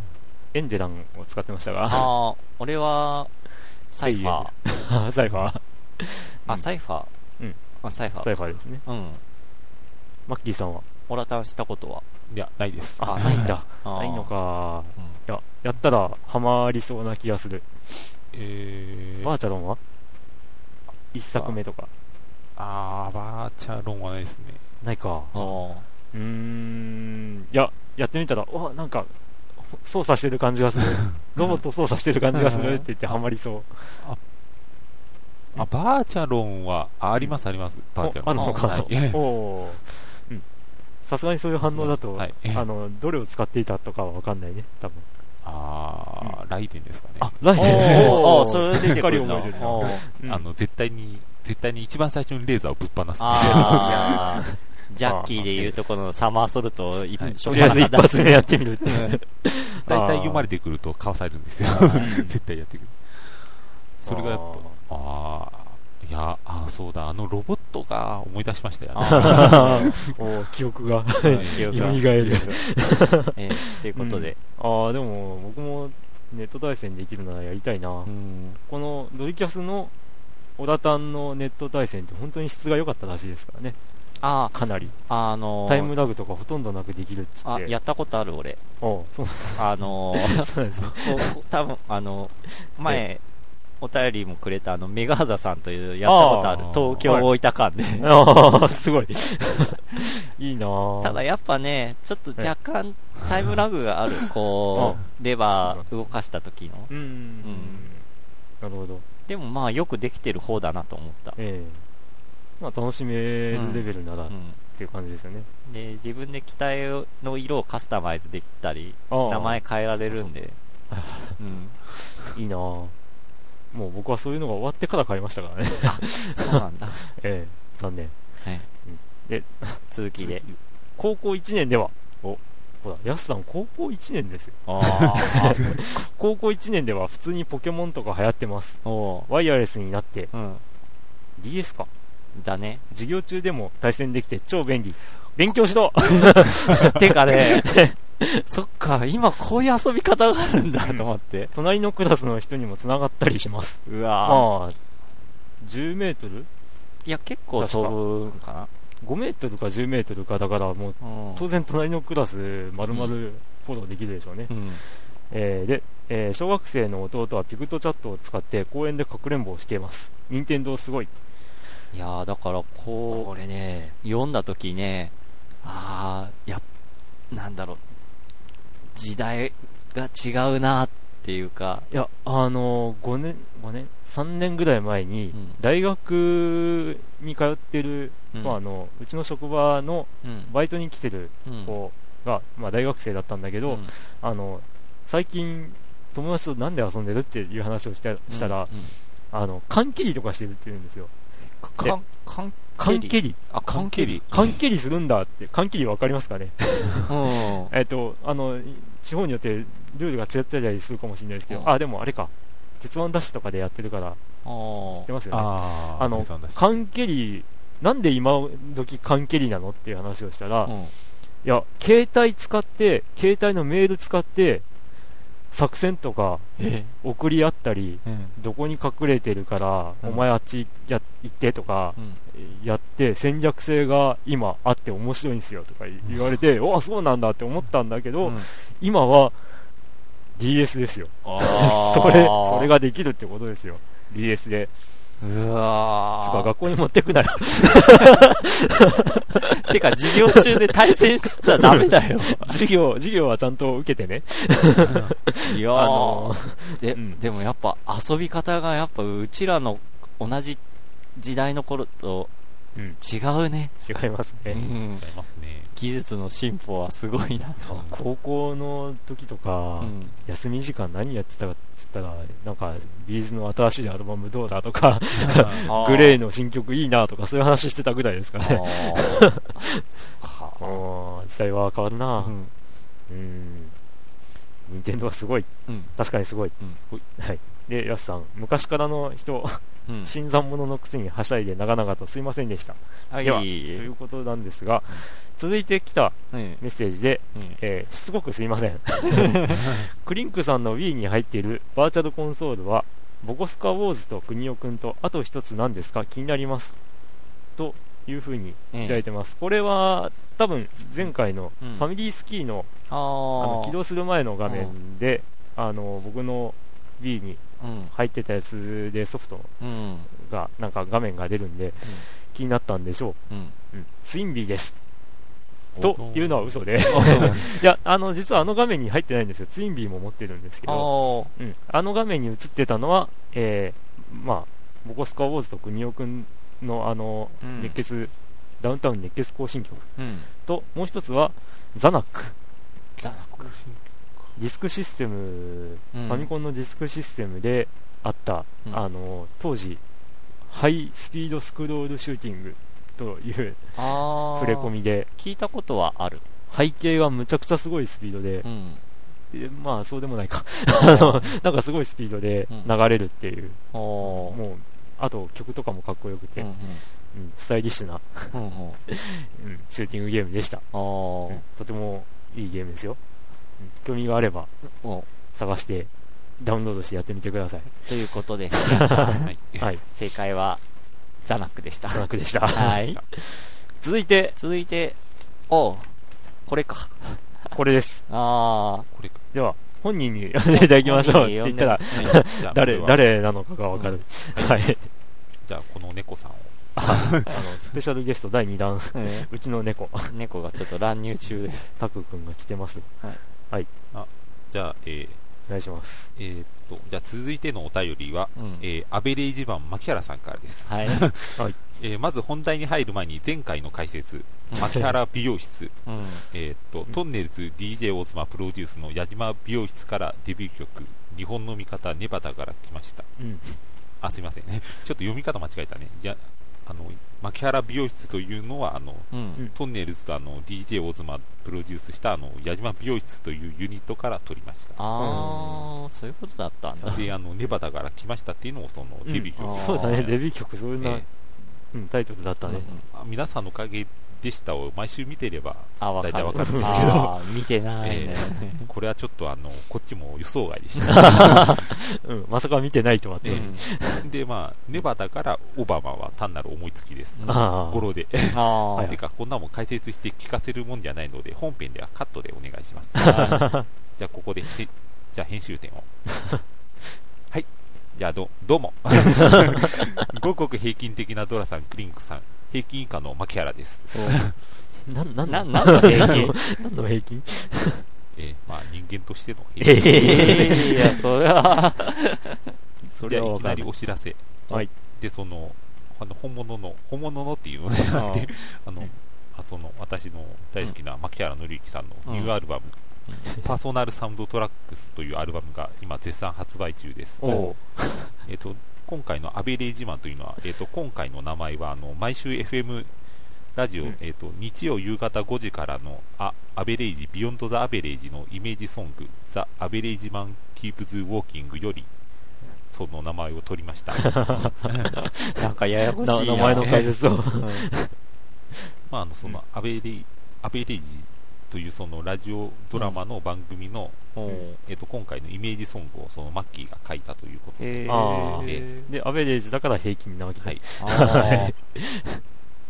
Speaker 1: エンジェランを使ってましたが、
Speaker 2: ああ、俺は、サイファー。
Speaker 1: サイファー、
Speaker 2: あ、サイファー。
Speaker 1: うん。
Speaker 2: あ、サイファ
Speaker 1: サイ
Speaker 2: ー。
Speaker 1: ファーですね。
Speaker 2: うん。
Speaker 1: マッキーさんは、
Speaker 2: オラタンしたことは。
Speaker 3: いや、ないです。
Speaker 2: あ
Speaker 1: ないんだ。
Speaker 2: あー
Speaker 1: ないの。か。
Speaker 3: うん
Speaker 1: いや、やったらハマりそうな気がする。
Speaker 3: えー、
Speaker 1: バーチャロンは一作目とか。
Speaker 3: あー、バーチャロンはないですね。
Speaker 1: ないか。
Speaker 2: あー
Speaker 1: うーん、いや、やってみたら、うわ、なんか、操作してる感じがする。ロボット操作してる感じがするって言ってハマりそう。
Speaker 3: あ、バーチャロンは、ああります、あります。バーチャ
Speaker 1: お
Speaker 3: ロ
Speaker 1: あ
Speaker 3: ン。
Speaker 1: るの
Speaker 2: は
Speaker 1: か
Speaker 2: い。
Speaker 1: おーうんさすがにそういう反応だと、
Speaker 3: はい
Speaker 1: あの、どれを使っていたとかはわかんないね、多分。
Speaker 3: あー、ライデンですかね。
Speaker 1: あ、ライ
Speaker 2: お
Speaker 1: デン。
Speaker 2: ー
Speaker 1: お
Speaker 2: あー、
Speaker 1: ー
Speaker 2: それ出てくる
Speaker 1: しっかり
Speaker 2: な。
Speaker 1: 覚えてるな
Speaker 2: おー
Speaker 1: うん
Speaker 3: あの、絶対に、絶対に一番最初にレーザーをぶっ放すんですよ。
Speaker 2: あージャッキーでいうとこのサマーソルトを一
Speaker 3: はい
Speaker 1: とりあえず一発目やってみるって。
Speaker 3: 大体読まれてくると、かわされるんですよ。絶対やってくる。それがやっぱ、あー、いや、あー、そうだ、あのロボットが思い出しましたよ、ね。
Speaker 1: あー おー記憶が
Speaker 3: はい
Speaker 2: 記憶が
Speaker 1: 蘇る。
Speaker 2: えーということで。
Speaker 1: ああ、でも僕もネット対戦できるならやりたいな。
Speaker 2: うん。
Speaker 1: このドリキャスの小田タンのネット対戦って本当に質が良かったらしいですからね。
Speaker 2: あ
Speaker 1: かなり。
Speaker 2: あ、あのー、
Speaker 1: タイムラグとかほとんどなくできるっつっ
Speaker 2: あ、
Speaker 1: て。
Speaker 2: やったことある俺。
Speaker 1: おうそう
Speaker 2: あのー、
Speaker 1: そうなんですよ。
Speaker 2: こうこう多分あの前お便りもくれたあのメガハザさんというやったことある
Speaker 3: あー
Speaker 2: 東京大分間で、
Speaker 1: ああ、すごい。 いいなあ
Speaker 2: ただやっぱねちょっと若干タイムラグがあ るこうレバー動かした時の
Speaker 1: うん、なるほど。
Speaker 2: でもまあよくできてる方だなと思った、
Speaker 1: ええまあ楽しめるレベルならっ
Speaker 2: う
Speaker 1: ていう感じですよね。
Speaker 2: ん、で自分で機体の色をカスタマイズできたり
Speaker 1: ああ
Speaker 2: 名前変えられるんでうん、
Speaker 1: いいなあもう僕はそういうのが終わってから買いましたからね。
Speaker 2: そうなん だ、
Speaker 1: ええ残念。
Speaker 2: はい
Speaker 1: で
Speaker 2: 続きで
Speaker 1: 高校1年では、お、ほら、ヤスさん高校1年ですよ。
Speaker 2: あ あ
Speaker 1: 高校1年では普通にポケモンとか流行ってます。
Speaker 2: お
Speaker 1: ワイヤレスになって、
Speaker 2: う、うん、
Speaker 1: DS か。
Speaker 2: だ ね
Speaker 1: 授業中でも対戦できて超便利。勉強しろ
Speaker 2: てか ね、そっか、今こういう遊び方があるんだと思って。
Speaker 1: 隣のクラスの人にも繋がったりします。
Speaker 2: うわぁ。
Speaker 1: まあ、10メートル
Speaker 2: いや、結構飛ぶんか
Speaker 1: ?5 メートルか10メートルかだからもう、
Speaker 2: な。うん。
Speaker 1: 当然隣のクラス丸々フォローできるでしょうね。
Speaker 2: うん。
Speaker 1: えーで、えー小学生の弟はピクトチャットを使って公園でかくれんぼをしています。任天堂すごい。
Speaker 2: いやーだからこ
Speaker 1: れね、
Speaker 2: う、読んだ時ね、ああ、や、なんだろう、時代が違うなっていうか、
Speaker 1: いや、あのー、5年、5年、3年ぐらい前に、
Speaker 2: うん
Speaker 1: 大学に通ってる、
Speaker 2: うん
Speaker 1: まあ、あの、うちの職場の
Speaker 2: うん。
Speaker 1: バイトに来てる
Speaker 2: うん
Speaker 1: 子が、まあ、大学生だったんだけど、
Speaker 2: うん
Speaker 1: あの、最近、友達となんで遊んでるっていう話をしたしたら、
Speaker 2: うん
Speaker 1: あの、缶蹴りとかしてるって言うんですよ。
Speaker 2: か
Speaker 1: で
Speaker 2: かん、かん、
Speaker 1: 缶蹴り
Speaker 2: あ、かんけり。
Speaker 1: 缶蹴りするんだって、缶蹴りわかりますかね
Speaker 2: うん。
Speaker 1: えっと、あの、い地方によってルールが違ったりするかもしれないですけど、
Speaker 2: うん
Speaker 1: あ、でもあれか、鉄腕ダッシュとかでやってるから、知
Speaker 2: あ
Speaker 1: ってますよね。
Speaker 3: あー、
Speaker 1: あの
Speaker 3: 手伝い出して
Speaker 1: 缶蹴り、なんで今時缶蹴りなのっていう話をしたら、
Speaker 2: あ。
Speaker 1: いや、携帯使って、携帯のメール使って、作戦とか
Speaker 2: え
Speaker 1: 送り合ったり、
Speaker 2: うん
Speaker 1: どこに隠れてるから、
Speaker 2: うん
Speaker 1: お前あっちや行ってとか、
Speaker 2: うん
Speaker 1: やって戦略性が今あって面白いんですよとか言われて、おあ、そうなんだって思ったんだけど、
Speaker 2: うん
Speaker 1: 今は DS ですよ。
Speaker 2: あー
Speaker 1: それ、それができるってことですよ。DS で。
Speaker 2: うわ
Speaker 1: つ
Speaker 2: ー
Speaker 1: か、学校に持ってく なら。
Speaker 2: てか、授業中で対戦しちゃダメだよ。
Speaker 1: 授業、授業はちゃんと受けてね。
Speaker 2: いや
Speaker 1: あ
Speaker 2: ー
Speaker 1: の、
Speaker 2: で、
Speaker 1: うん
Speaker 2: でもやっぱ遊び方がやっぱうちらの同じ時代の頃と
Speaker 1: うん
Speaker 2: 違うね。
Speaker 1: 違いますね。
Speaker 2: うん
Speaker 3: 違いますね。
Speaker 2: 技術の進歩はすごいな。
Speaker 1: 高校の時とか、休み時間何やってたかっつったら、なんか、ビーズの新しいアルバムどうだとか、グレー
Speaker 2: の。
Speaker 1: の新曲いいなとか、そういう話してたぐらいですから
Speaker 2: あ
Speaker 1: ね。
Speaker 2: ーそっ
Speaker 1: あ
Speaker 2: か。
Speaker 1: ー時代は変わるな
Speaker 2: うん
Speaker 1: うん。任天堂はすごい。
Speaker 2: うん
Speaker 1: 確かにすごい。
Speaker 2: うん
Speaker 3: すごい
Speaker 1: はい。で、やすさん、昔からの人、
Speaker 2: うん
Speaker 1: 新参者のくせにはしゃいで長々とすいませんでした。
Speaker 2: はい。
Speaker 1: ではということなんですが、続いてきた
Speaker 2: うん
Speaker 1: メッセージで、
Speaker 2: うん
Speaker 1: えーしつこくすいま せん。クリンクさんの Wii に入っているバーチャルコンソールは、ボコスカウォーズとクニオくんと、あと一つ何ですか気になります。というふうにいただいてます。これは、多分前回の
Speaker 2: うん
Speaker 1: ファミリースキーの,、
Speaker 2: あ
Speaker 1: あの
Speaker 2: の
Speaker 1: 起動する前の画面で、あの僕の Wii に
Speaker 2: うん
Speaker 1: 入ってたやつでソフト
Speaker 2: うん
Speaker 1: が、なんか画面が出るんで、気になったんでしょう。
Speaker 2: うん
Speaker 1: うん、ツインビーです。
Speaker 3: お
Speaker 1: というのは嘘で。 いや、あの、実はあの画面に入ってないんですよ。ツインビーも持ってるんですけ
Speaker 2: あ
Speaker 1: ど、
Speaker 2: ー
Speaker 1: うん、あの画面に映ってたのは、えー、まあ、ボコスカウォーズと国オくんのあの、
Speaker 2: うん
Speaker 1: 熱血、ダウンタウン熱血行進曲
Speaker 2: うん
Speaker 1: と、もう一つは、ザナック。
Speaker 2: ザナック
Speaker 1: ディスクシステム、
Speaker 2: うん
Speaker 1: ファミコンのディスクシステムであった、
Speaker 2: うん
Speaker 1: あの、当時、ハイスピードスクロールシューティングという
Speaker 2: あー
Speaker 1: 触れ込みで、
Speaker 2: 聞いたことはある。
Speaker 1: 背景がむちゃくちゃすごいスピードで
Speaker 2: う、ん。
Speaker 1: でまあそうでもな いかあのなんかすごいスピードで
Speaker 2: うん
Speaker 1: 流れるっていう、
Speaker 2: おー
Speaker 1: もうあと曲とかもかっこよくて、
Speaker 2: うん
Speaker 1: う
Speaker 2: うんん
Speaker 1: スタイリッシュな、
Speaker 2: うんうん
Speaker 1: うんシューティングゲームでした、
Speaker 2: あ
Speaker 1: う
Speaker 2: ー
Speaker 1: んとてもいいゲームですよ、うん興味があれば
Speaker 2: お
Speaker 1: 探してダウンロードしてやってみてください
Speaker 2: ということです。皆 さん
Speaker 3: はい。
Speaker 1: はい
Speaker 2: 正解は、ザナックでした。
Speaker 1: 楽で した
Speaker 2: はい。
Speaker 1: 続いて
Speaker 2: 続いて、おうこれか。
Speaker 1: これです
Speaker 2: あ
Speaker 3: これか。
Speaker 1: では本人に 読んでいただきましょうっ
Speaker 2: 本人
Speaker 1: て
Speaker 2: に読
Speaker 1: 言
Speaker 2: ん
Speaker 1: っ
Speaker 2: で
Speaker 1: たら
Speaker 3: はいじゃあ
Speaker 1: 誰
Speaker 3: これは
Speaker 1: 誰なのかがわかる、はい
Speaker 3: じゃあ、この猫さんを。
Speaker 1: あのスペシャルゲスト第2弾
Speaker 2: あ、ね
Speaker 1: うちの猫
Speaker 2: 猫がちょっと乱入中です。
Speaker 1: タク君が来てます
Speaker 3: じゃあ、えー
Speaker 1: お願いします
Speaker 3: えーっと、じゃあ続いてのお便りは、
Speaker 2: うん
Speaker 3: えーアベレージ版牧原さんからです。
Speaker 2: はい。
Speaker 3: えーまず本題に入る前に前回の解 説、牧原美容室、
Speaker 2: うん。
Speaker 3: えーっと、トンネルズ DJ 大妻プロデュースの矢島美容室からデビュー曲、日本の味方ネバタから来ました。
Speaker 1: うん
Speaker 3: あ、すいません。ちょ っと読み方間違えたね。いや、あの、牧原美容室というのは、あの、
Speaker 2: うんん。
Speaker 3: トンネルズとあの DJ 大妻プロデュースしたあの矢島美容室というユニットから取りました。
Speaker 2: あー、そういうことだったんだ。
Speaker 3: で、あの、ネバダから来ましたっていうのもそのデビュー
Speaker 2: う
Speaker 3: 曲
Speaker 2: んあー
Speaker 1: そうだね、デビュー曲、そういうな、
Speaker 3: え
Speaker 1: うん、タイトルだったね。
Speaker 3: あ皆さんのおかげでしたを毎週見てれば、
Speaker 2: あ、わか
Speaker 3: 大体
Speaker 2: る。
Speaker 3: わかるんですけど
Speaker 2: あー見てないね。
Speaker 3: これはちょっとあの、こっちも予想外でした。
Speaker 1: うん、まさか見てないとはっ
Speaker 3: え
Speaker 1: て。
Speaker 3: え
Speaker 2: うん
Speaker 3: で、まあ、ネバダからオバマは単なる思いつきです。
Speaker 2: うん
Speaker 1: あ
Speaker 3: 語呂で。
Speaker 2: あ
Speaker 1: はい
Speaker 2: ー
Speaker 3: てか、こんなもん解説して聞かせるもんじゃないので、本編ではカットでお願いします。じゃあ、ここで、へじゃあ編集点を。はい。じゃあ、ど、どうも。 ごくごく平均的なドラさん、クリンクさん、平均以下の牧原です。
Speaker 1: あ、なん、なん、
Speaker 2: な、
Speaker 1: なん
Speaker 2: なんだ平均
Speaker 1: の平均
Speaker 3: えーまあ、人間としての平均。
Speaker 2: いや、それは、
Speaker 1: そ
Speaker 3: で
Speaker 1: れは
Speaker 3: は
Speaker 1: わ
Speaker 3: いきな
Speaker 1: か
Speaker 3: り
Speaker 1: る。
Speaker 3: お知らせ。
Speaker 1: はい
Speaker 3: で、その、あの本物の、本物のっていうのじゃなくて、あの、あその、私の大好きな牧原紀之さんのニューアルバム、パーソナルサウンドトラックスというアルバムが今絶賛発売中です。
Speaker 1: おう
Speaker 3: えっと、今回のアベレージマンというのは、えっと、今回の名前は、あの、毎週 FM ラジオ、
Speaker 1: うん
Speaker 3: えっと、日曜夕方5時からの、あ、アベレージ、ビヨンドザアベレージのイメージソング、ザ・アベレージマン・キープズ・ウォーキングより、その名前を取り ました。
Speaker 2: なんかややこし
Speaker 1: ない
Speaker 2: な。
Speaker 1: 名前の解説
Speaker 2: う
Speaker 1: を。
Speaker 2: ん
Speaker 3: まあ、あの、その、アベレージ、アベレージというそのラジオドラマの番組の、
Speaker 2: おー
Speaker 3: えっと今回のイメージソングをそのマッキーが書いたということで、
Speaker 1: え
Speaker 2: あ
Speaker 3: ー
Speaker 1: で、アベレージだから平均なわけ
Speaker 3: はい
Speaker 2: あ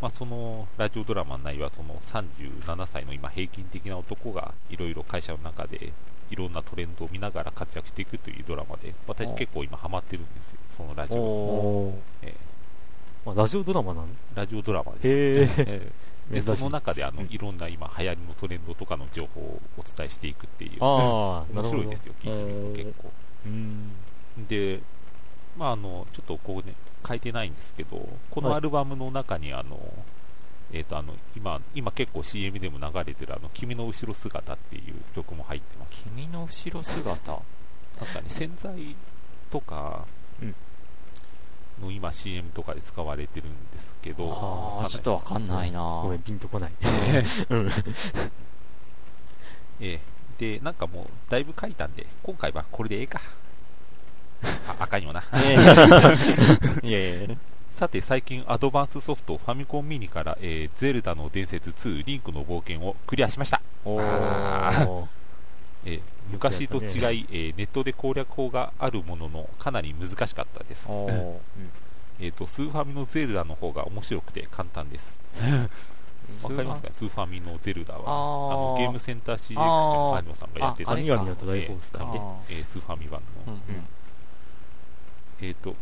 Speaker 3: まあ、そのラジオドラマの内容はその37歳の今平均的な男がいろいろ会社の中でいろんなトレンドを見ながら活躍していくというドラマで私
Speaker 2: お
Speaker 3: 結構今ハマってるんですよそのラジオ、
Speaker 1: おー
Speaker 3: え
Speaker 1: あラジオドラマなの
Speaker 3: ラジオドラマです、
Speaker 1: へー
Speaker 3: ええで
Speaker 1: 珍しい
Speaker 3: その中であの
Speaker 1: うん
Speaker 3: いろんな今流行りのトレンドとかの情報をお伝えしていくっていう
Speaker 1: ああ、なるほ
Speaker 3: 面
Speaker 1: ど。
Speaker 3: 白いですよ聞いてみると結構
Speaker 1: うん。
Speaker 3: で、まあ、あのちょっとこうね書いてないんですけどこの
Speaker 1: はい
Speaker 3: アルバムの中にあの、えー、とあの今今結構 CM でも流れてるあの「君の後ろ姿」っていう曲も入ってます
Speaker 2: 君の後ろ姿。
Speaker 3: 確かに洗剤とか
Speaker 1: うん
Speaker 3: の今 CM とかで使われてるんですけど
Speaker 2: あ
Speaker 3: わかんな
Speaker 2: あ、
Speaker 3: い
Speaker 2: ちょっとわかんないな
Speaker 1: ごめん、ピンとこない。
Speaker 3: ええでなんかもうだいぶ書いたんで今回はこれでええか ああかんよな
Speaker 2: いやいや
Speaker 3: さて最近アドバンスソフトファミコンミニから、えーゼルダの伝説2リンクの冒険をクリアしました
Speaker 1: お
Speaker 3: あ
Speaker 1: ー。
Speaker 3: えー昔と違い、えーネットで攻略法があるもののかなり難しかったです、
Speaker 2: おー
Speaker 3: えー、とスーファミのゼルダの方が面白くて簡単ですわかりますかスーファミのゼルダは
Speaker 2: あー
Speaker 3: あのゲームセンター CX でも有野さんがやってた
Speaker 2: あ
Speaker 1: あ、
Speaker 2: あれ
Speaker 1: 神
Speaker 2: か
Speaker 1: 々のトライフォース
Speaker 3: え
Speaker 1: か
Speaker 2: あ。ー
Speaker 3: えースーファミ版
Speaker 2: う
Speaker 3: の、
Speaker 2: んうん
Speaker 3: えーと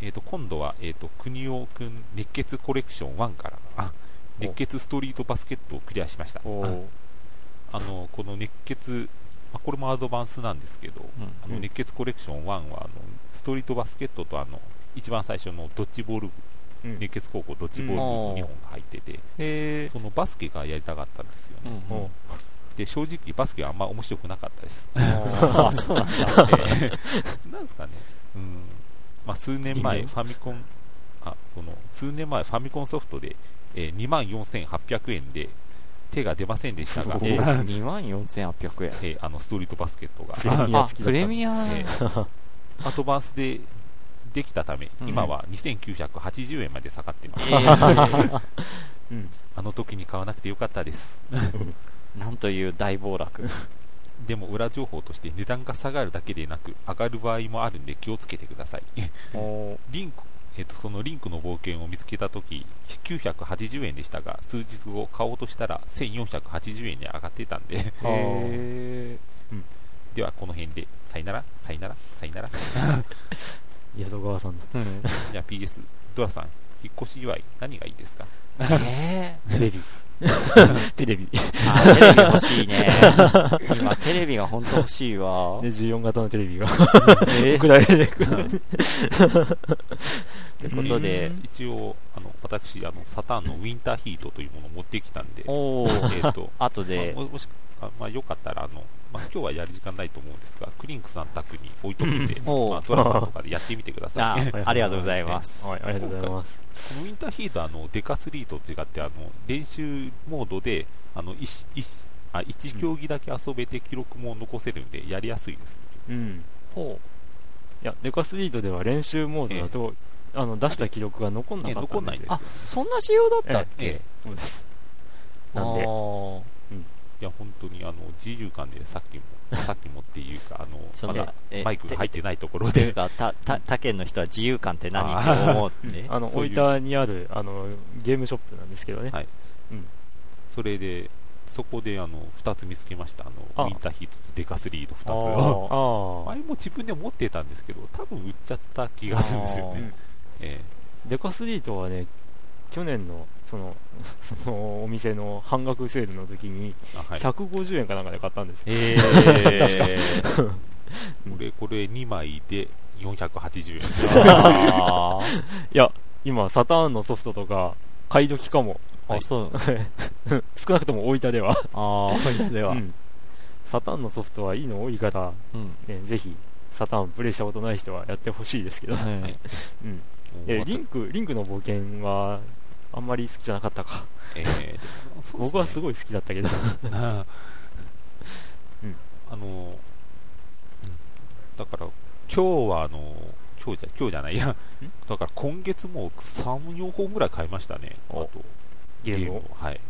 Speaker 3: えー、と今度は、えー、と国尾くん熱血コレクション1からあ熱血ストリートバスケットをクリアしました
Speaker 1: おー。
Speaker 3: あのこの熱血、まあ、これもアドバンスなんですけど、
Speaker 2: うん
Speaker 3: あ
Speaker 1: う
Speaker 3: の
Speaker 1: ん
Speaker 3: 熱血コレクション1はあのストリートバスケットとあの一番最初のドッジボール部
Speaker 1: うん
Speaker 3: 熱血高校ドッジボール部の2本が入ってて、
Speaker 2: へえ。
Speaker 3: そのバスケがやりたかったんですよね、
Speaker 2: うんうん
Speaker 1: お
Speaker 3: で正直バスケはあんま面白くなかった です、
Speaker 2: ああ、そうなんだ。
Speaker 3: えなんですかね、うんまあ、数年
Speaker 1: いい
Speaker 3: 前
Speaker 1: ね
Speaker 3: ファミコンあその数年前ファミコンソフトで、えー、2万4800円で手が出ませんでしたが、
Speaker 1: おー
Speaker 3: えー
Speaker 2: 2万4800円。
Speaker 3: えーあのストリートバスケットが
Speaker 1: プレミア
Speaker 2: あ
Speaker 1: 付き、だった
Speaker 2: プレミア。
Speaker 3: えーアドバンスでできたため、
Speaker 2: うん
Speaker 3: 今は2980円まで下がってます。
Speaker 2: えー
Speaker 1: うん。
Speaker 3: あの時に買わなくてよかったです。
Speaker 2: なんという大暴落。
Speaker 3: でも裏情報として値段が下がるだけでなく、上がる場合もあるんで気をつけてください。
Speaker 1: おー。
Speaker 3: リンク、えっと、そのリンクの冒険を見つけた時、980円でしたが、数日後買おうとしたら1480円に上がってたんで、
Speaker 1: あー
Speaker 3: ではこの辺で、さよなら、さよなら、さよなら。
Speaker 1: 宿川さんだ。
Speaker 3: じゃあ PS、ドラさん、引っ越し祝い何がいいですか
Speaker 2: え
Speaker 1: テレビ。テレビ。で、
Speaker 2: ー、あ、テレビ欲しいね。今、テレビが本当欲しいわ。
Speaker 1: 14型のテレビが。
Speaker 2: えー
Speaker 1: くらいで。
Speaker 2: ということで、
Speaker 3: 一応あの私あのサターンのウィンターヒートというものを持ってきたんで、え
Speaker 2: おー、
Speaker 3: ーと
Speaker 2: あと で
Speaker 3: まあ、ももしあまあ、よかったらあの、まあ、今日はやる時間ないと思うんですがクリンクさん宅に置いとくんで、
Speaker 2: おう
Speaker 3: まあ、ドラさんとかでやってみてくださ
Speaker 2: あ
Speaker 3: いこ
Speaker 2: ありがとうございます。
Speaker 1: はい、ありがとうございます。
Speaker 3: のウィンターヒートはあのデカスリーと違ってあの練習モードであの一一あ1競技だけ遊べて記録も残せるんでやりやすいです、
Speaker 1: うん。
Speaker 2: ほ
Speaker 1: いや、デカスリートでは練習モードだと、あの、出した記録が残んな
Speaker 3: ね
Speaker 1: かっ
Speaker 3: 残
Speaker 1: た
Speaker 3: ん
Speaker 1: ん
Speaker 3: な
Speaker 1: で
Speaker 3: いん
Speaker 1: す
Speaker 3: で
Speaker 1: よ
Speaker 3: す。
Speaker 2: あ
Speaker 3: よ、
Speaker 2: そんな仕様だったっけ、
Speaker 3: ええ
Speaker 1: そうです。なんで
Speaker 2: あー
Speaker 3: いや本当にあの自由感でさっきもさっきもっていうかあの
Speaker 2: そ
Speaker 3: ま
Speaker 2: の
Speaker 3: だ
Speaker 2: え
Speaker 3: マイクが入ってないところ
Speaker 2: っていう
Speaker 3: で
Speaker 2: か、た、た、他県の人は自由感って何って思って。
Speaker 1: あの、
Speaker 3: そう
Speaker 1: 大
Speaker 3: いう
Speaker 1: 分にある、あの、ゲームショップなんですけどね
Speaker 3: はい。それでそこであの2つ見つけましたあ
Speaker 1: あ
Speaker 3: のウィンターヒートとデカスリード2つ
Speaker 2: あ
Speaker 3: を
Speaker 1: ああ
Speaker 3: 前。も自分で持ってたんですけど多分売っちゃった気がするんですよ
Speaker 1: う
Speaker 3: ね
Speaker 1: ん、
Speaker 3: え
Speaker 1: デカスリートはね、去年の、その、 そのお店の半額セールの時に、
Speaker 3: えあはい
Speaker 1: 150円かなんかで買ったんですよ。
Speaker 2: え
Speaker 1: ー
Speaker 2: 確か。
Speaker 1: うん
Speaker 3: 俺これ2枚で480円
Speaker 2: あ
Speaker 1: いや、今、サターンのソフトとか、買い時かも。
Speaker 2: ーあ、そう。
Speaker 1: 少なくとも大分で は。
Speaker 2: ああ、本当では
Speaker 1: う。んサターンのソフトはいいの多いから、
Speaker 2: うん
Speaker 1: ね、ぜひ、サターンプレイしたことない人はやってほしいですけ ど。
Speaker 2: はい
Speaker 1: うん。
Speaker 3: もう
Speaker 1: え、
Speaker 3: また
Speaker 1: リンク、リンクの冒険は、あんまり好きじゃなかったか。
Speaker 3: ええそうですね
Speaker 1: 僕はすごい好きだったけど。
Speaker 3: なあ
Speaker 1: うん
Speaker 3: あのだから今日はあの今日じゃ今日じゃないやだから今月も34本ぐらい買いましたねあ
Speaker 1: お
Speaker 3: と
Speaker 1: ゲームを。
Speaker 3: はい、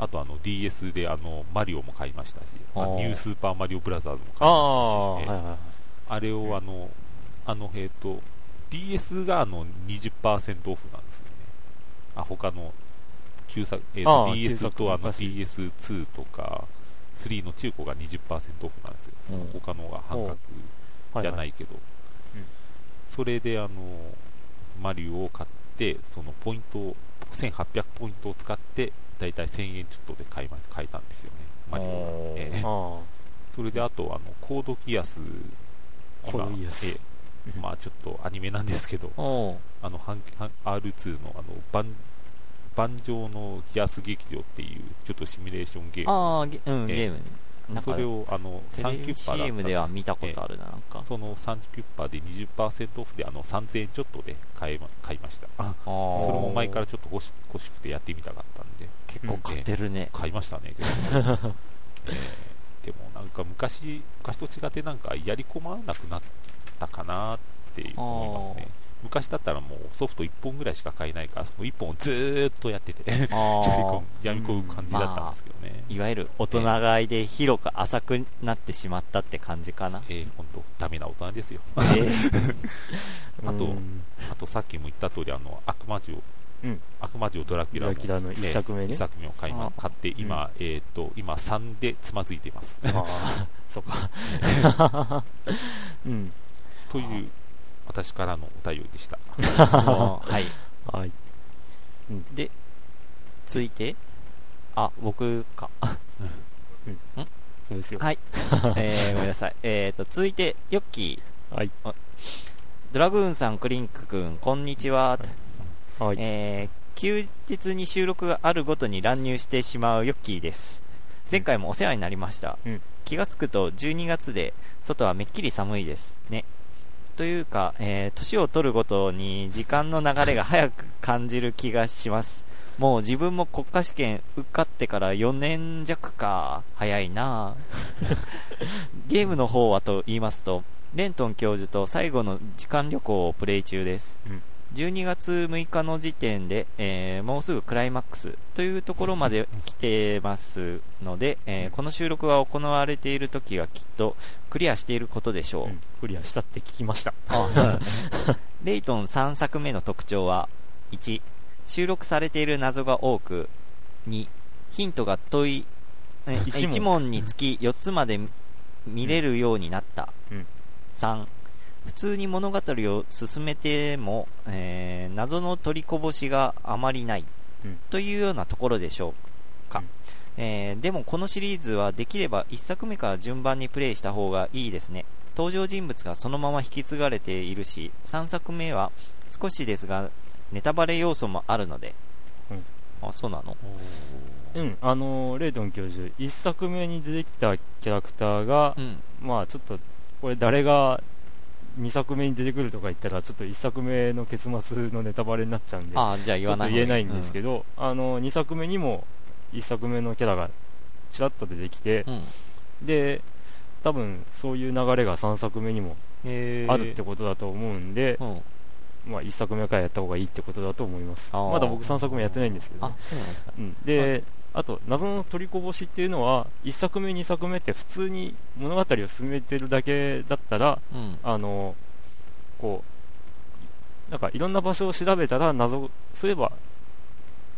Speaker 1: あ
Speaker 3: あとあの DS であのマリオも買いましたし、あ
Speaker 2: あー
Speaker 3: ニュースーパーマリオブラザーズも買いましたし、
Speaker 1: あ。ああー、はい
Speaker 3: え
Speaker 1: はい。
Speaker 3: あれをあの、あの、えっ、と、DS があの20%オフなんですよね。あ、他の旧作、えーと
Speaker 1: ああ
Speaker 3: DS とあの
Speaker 1: 旧
Speaker 3: DS2 とか3の中古が20%オフなんですよ。その他のが半額
Speaker 1: は。
Speaker 3: じゃないいけど。
Speaker 1: うん
Speaker 3: それであの、マリオを買って、そのポイントを、1800ポイントを使って、だいたい1000円ちょっとで買いま買えたんですよね。マリオが
Speaker 2: おー
Speaker 3: ええ
Speaker 1: ああ。
Speaker 3: それであとあのコードギアス今
Speaker 1: コードギアス
Speaker 3: ええまあちょっとアニメなんですけど
Speaker 2: おう
Speaker 3: あの半半 R2 のあの盤盤上のギアス劇場っていうちょっとシミュレーションゲー
Speaker 2: ああ、ゲうん、
Speaker 3: え
Speaker 2: ゲ
Speaker 3: え
Speaker 2: ームね。な
Speaker 3: ム
Speaker 2: ん
Speaker 3: そ
Speaker 2: か
Speaker 3: れ、をあの
Speaker 2: テ
Speaker 3: サン
Speaker 2: レ
Speaker 3: キュ
Speaker 2: ビ
Speaker 3: ッパーだったん
Speaker 2: CM
Speaker 3: です
Speaker 2: では見たことあ
Speaker 3: え
Speaker 2: るな、なんか
Speaker 3: え。そのサンキュッパーで20%オフであの3000円ちょっとで買えま買いました
Speaker 2: それ
Speaker 3: それも
Speaker 2: も
Speaker 3: 前からちょっと欲し欲しくてやってみたかったんで
Speaker 2: 結構買ってるね。
Speaker 3: 買いましたね、けどえーでもなんか昔昔と違ってなんかやり込まなくなったかなって思いますね昔だったらもうソフト1本ぐらいしか買えないからその1本をずーっとやっててやり
Speaker 2: あ
Speaker 3: 込
Speaker 2: あ
Speaker 3: む。 やり込む感じだったんですけどね、
Speaker 2: いわゆる大人買いで広く浅くなってしまったって感じかな。
Speaker 3: えー、本当ダメな大人ですよ
Speaker 2: えー
Speaker 3: あと
Speaker 1: うん
Speaker 3: あとさっきも言った通りあの悪魔城、
Speaker 1: うん
Speaker 3: 悪魔城ドラキュ
Speaker 1: ド
Speaker 3: ラも
Speaker 1: ラキュラの一作目
Speaker 3: 一
Speaker 1: ね。
Speaker 3: 作目を買い、ま
Speaker 2: あ、ー
Speaker 3: 買って今、えーっと今3でつまずいています
Speaker 1: ああ、 そっか。 うん。
Speaker 3: という私からのお便りでした。
Speaker 2: あ ーはい。
Speaker 1: はい。
Speaker 2: 続いて、あ、僕か。
Speaker 1: そうですよ。
Speaker 2: はい。 えー、ごめんなさい。えーと、続いて、ヨッキー。
Speaker 1: はい。
Speaker 2: ドラグーンさん、クリンク君、こんにちは。
Speaker 1: はい。
Speaker 2: えー休日に収録があるごとに乱入してしまうヨッキーです前回もお世話になりました、
Speaker 1: うん
Speaker 2: 気がつくと12月で外はめっきり寒いですねというか、えー年を取るごとに時間の流れが早く感じる気がしますもう自分も国家試験受かってから4年弱か早いな あゲームの方はと言いますとレントン教授と最後の時間旅行をプレイ中です、
Speaker 1: うん
Speaker 2: 12月6日の時点で、えーもうすぐクライマックスというところまで来てますので、えーこの収録が行われている時はきっとクリアしていることでしょう、
Speaker 1: うんクリアしたって聞きました。
Speaker 2: あそうだねレイトン3作目の特徴は1収録されている謎が多く2ヒントが問いえ
Speaker 1: 一問
Speaker 2: 1問につき4つまで見れるようになった、
Speaker 1: うん
Speaker 2: 3普通に物語を進めても、えー謎の取りこぼしがあまりない、
Speaker 1: うん
Speaker 2: というようなところでしょうか、えーでもこのシリーズはできれば1作目から順番にプレイした方がいいですね登場人物がそのまま引き継がれているし3作目は少しですがネタバレ要素もあるので、
Speaker 1: うん
Speaker 2: あそうなの
Speaker 1: うん、あのーレイトン教授、一作目に出てきたキャラクターが、
Speaker 2: うん
Speaker 1: まあちょっと、これ誰が2作目に出てくるとか言ったら、ちょっと1作目の結末のネタバレになっちゃうんで、
Speaker 2: あじゃあ言
Speaker 1: ちょ
Speaker 2: わ
Speaker 1: っ
Speaker 2: な
Speaker 1: と
Speaker 2: い
Speaker 1: 言えないんですけ
Speaker 2: ど、
Speaker 1: ど、あの2作目にも1作目のキャラがちらっと出てきて、
Speaker 2: うんうん
Speaker 1: で、多分そういう流れが3作目にもあるってことだと思うんで、
Speaker 2: うん
Speaker 1: まあ1作目からやった方がいいってことだと思います。
Speaker 2: あー
Speaker 1: まだ僕3作目やってないんですけどね、
Speaker 2: あそうなんですか
Speaker 1: うん、で、あと、謎の取りこぼしっていうのは、1作目、2作目って普通に物語を進めてるだけだったら、
Speaker 2: うん
Speaker 1: あの、こう、なんかいろんな場所を調べたら謎、そういえば、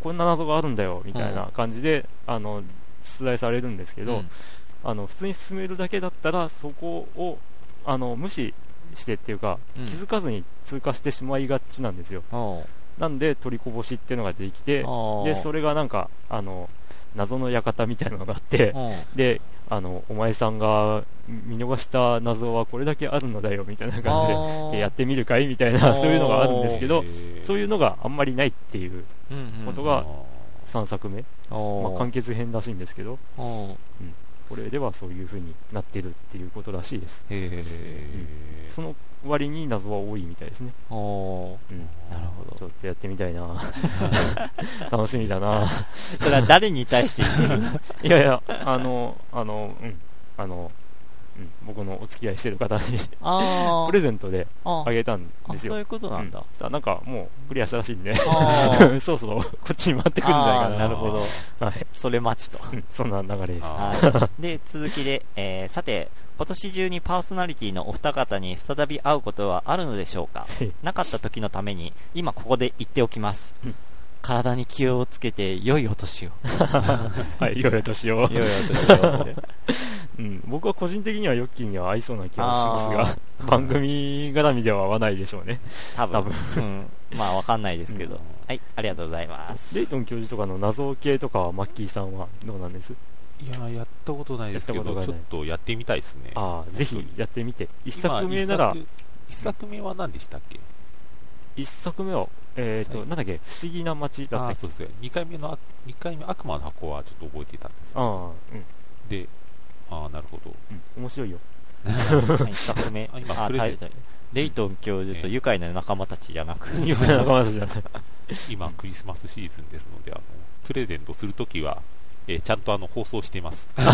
Speaker 1: こんな謎があるんだよ、みたいな感じで、あの、出題されるんですけど、
Speaker 2: うん
Speaker 1: あの、普通に進めるだけだったら、そこを、あの、無視してっていうか、
Speaker 2: うん
Speaker 1: 気づかずに通過してしまいがちなんですよ。
Speaker 2: おう
Speaker 1: なんで、取りこぼしっていうのができて、
Speaker 2: おう
Speaker 1: で、それがなんか、あの、謎の館みたいなのがあって、
Speaker 2: おう
Speaker 1: で、あの、お前さんが見逃した謎はこれだけあるのだよ、みたいな感じで
Speaker 2: あー
Speaker 1: え、やってみるかいみたいな、そういうのがあるんですけど、そう
Speaker 3: い
Speaker 1: い
Speaker 3: う
Speaker 1: うのがあんまりないっていう
Speaker 2: うんうん
Speaker 1: こと
Speaker 3: の
Speaker 1: が3作目、
Speaker 2: おう
Speaker 1: まあ、完結編らしいんですけど、
Speaker 2: おう
Speaker 1: これではそういう風になってるっていうことらしいです。その割に謎は多いみたいですね。
Speaker 2: おう
Speaker 1: うん。
Speaker 2: なるほど
Speaker 1: ちょっとやってみた いな楽しみだな
Speaker 2: それは誰に対して言ってるの
Speaker 1: いやいや、あの、あの、うん、あの、うん、僕のお付き合いしてる方に
Speaker 2: あ
Speaker 1: プレゼントで
Speaker 2: あ
Speaker 1: あげたん
Speaker 2: あ
Speaker 1: です
Speaker 2: そう
Speaker 1: よ。
Speaker 2: いうことなんだ。
Speaker 1: うさあなんかもうクリアしたらしいんで
Speaker 2: あー
Speaker 1: そろそろこっちに回ってくるんじゃないか
Speaker 2: あー
Speaker 1: な
Speaker 2: なるほど。
Speaker 1: はい、
Speaker 2: それ待ちと。
Speaker 1: うんそんな流れです
Speaker 3: あ
Speaker 2: はい、で続きで、えーさて今年中にパーソナリティのお二方に再び会うことはあるのでしょうか
Speaker 1: はい
Speaker 2: なかった時のために今ここで言っておきます、
Speaker 1: うん
Speaker 2: 体に気をつけて良いお年を
Speaker 1: はいいろいろとしよう
Speaker 2: 良いお年を
Speaker 1: うん、僕は個人的にはヨッキーには合いそうな気はしますが、 番組絡みでは合わないでしょうね。
Speaker 2: 多分
Speaker 1: 多分
Speaker 2: うん、まあわかんないですけど、
Speaker 3: うん
Speaker 2: はいありがとうございます
Speaker 1: レイトン教授とかの謎系とかはマッキーさんはどうなんです
Speaker 3: いやーやったことないですけ
Speaker 1: やったこと
Speaker 3: ど、
Speaker 1: が
Speaker 3: ち
Speaker 1: な
Speaker 3: ょ
Speaker 1: い
Speaker 3: っとやってみたいですね。
Speaker 1: ああ、ぜひやってみて。一
Speaker 3: 今
Speaker 1: 作目なら
Speaker 3: 一、作一作目は何でしたっけ
Speaker 1: 一作目は、えっ、と、なんだっけ、不思議な街だ
Speaker 3: あ
Speaker 1: っ
Speaker 3: ー
Speaker 1: た
Speaker 3: そ
Speaker 1: っ
Speaker 3: う
Speaker 1: け
Speaker 3: ですよ2回目のあ二回目悪魔の箱はちょっと覚えていたんです
Speaker 1: ああ、うん、
Speaker 3: でああなるほど
Speaker 1: うん、面白いよ。
Speaker 2: はい一作目
Speaker 3: あ今
Speaker 2: あ
Speaker 3: プレゼン
Speaker 2: タイトルレイトン教授と愉快な仲間たちじゃなく
Speaker 1: 有名な仲間たちじゃない。
Speaker 3: 今クリスマスシーズンですのであのプレゼントするときは、えーちゃんとあの放送しています、
Speaker 2: あ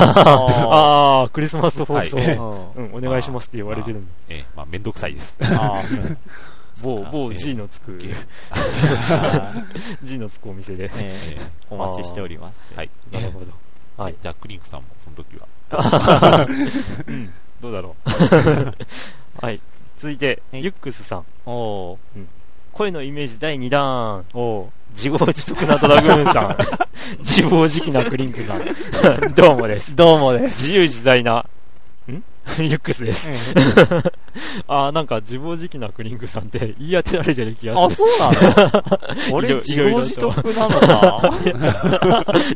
Speaker 1: ああ、クリスマス放送、
Speaker 3: はい
Speaker 2: ーうん
Speaker 1: うん、お願いしますって言われてるんで。
Speaker 3: えーまあ、めんどくさいです
Speaker 2: あーそうそ
Speaker 1: 某
Speaker 2: っ、か
Speaker 1: 某 G のつく、
Speaker 3: え
Speaker 1: G のつくお店で。
Speaker 2: ね
Speaker 3: えー
Speaker 2: お待ちしております
Speaker 3: はい
Speaker 1: なるほど。はい。
Speaker 3: じゃあクリンクさんもその時は
Speaker 1: どうだろう。 はい。続いて、
Speaker 2: はい
Speaker 1: ユックスさん。
Speaker 2: お
Speaker 1: 声のイメージ第2弾。お自業自得なドラグーン さん。自暴自棄なクリンクさ ん。どうもです。
Speaker 2: どうもです。
Speaker 1: 自由自在な、んユックス です。あーなんか自暴自棄なクリンクさんって言い当てられてる気が
Speaker 2: あ、
Speaker 1: す
Speaker 2: そうな の
Speaker 1: い
Speaker 2: 俺、
Speaker 1: ろ
Speaker 2: 自業自得なのか
Speaker 1: る。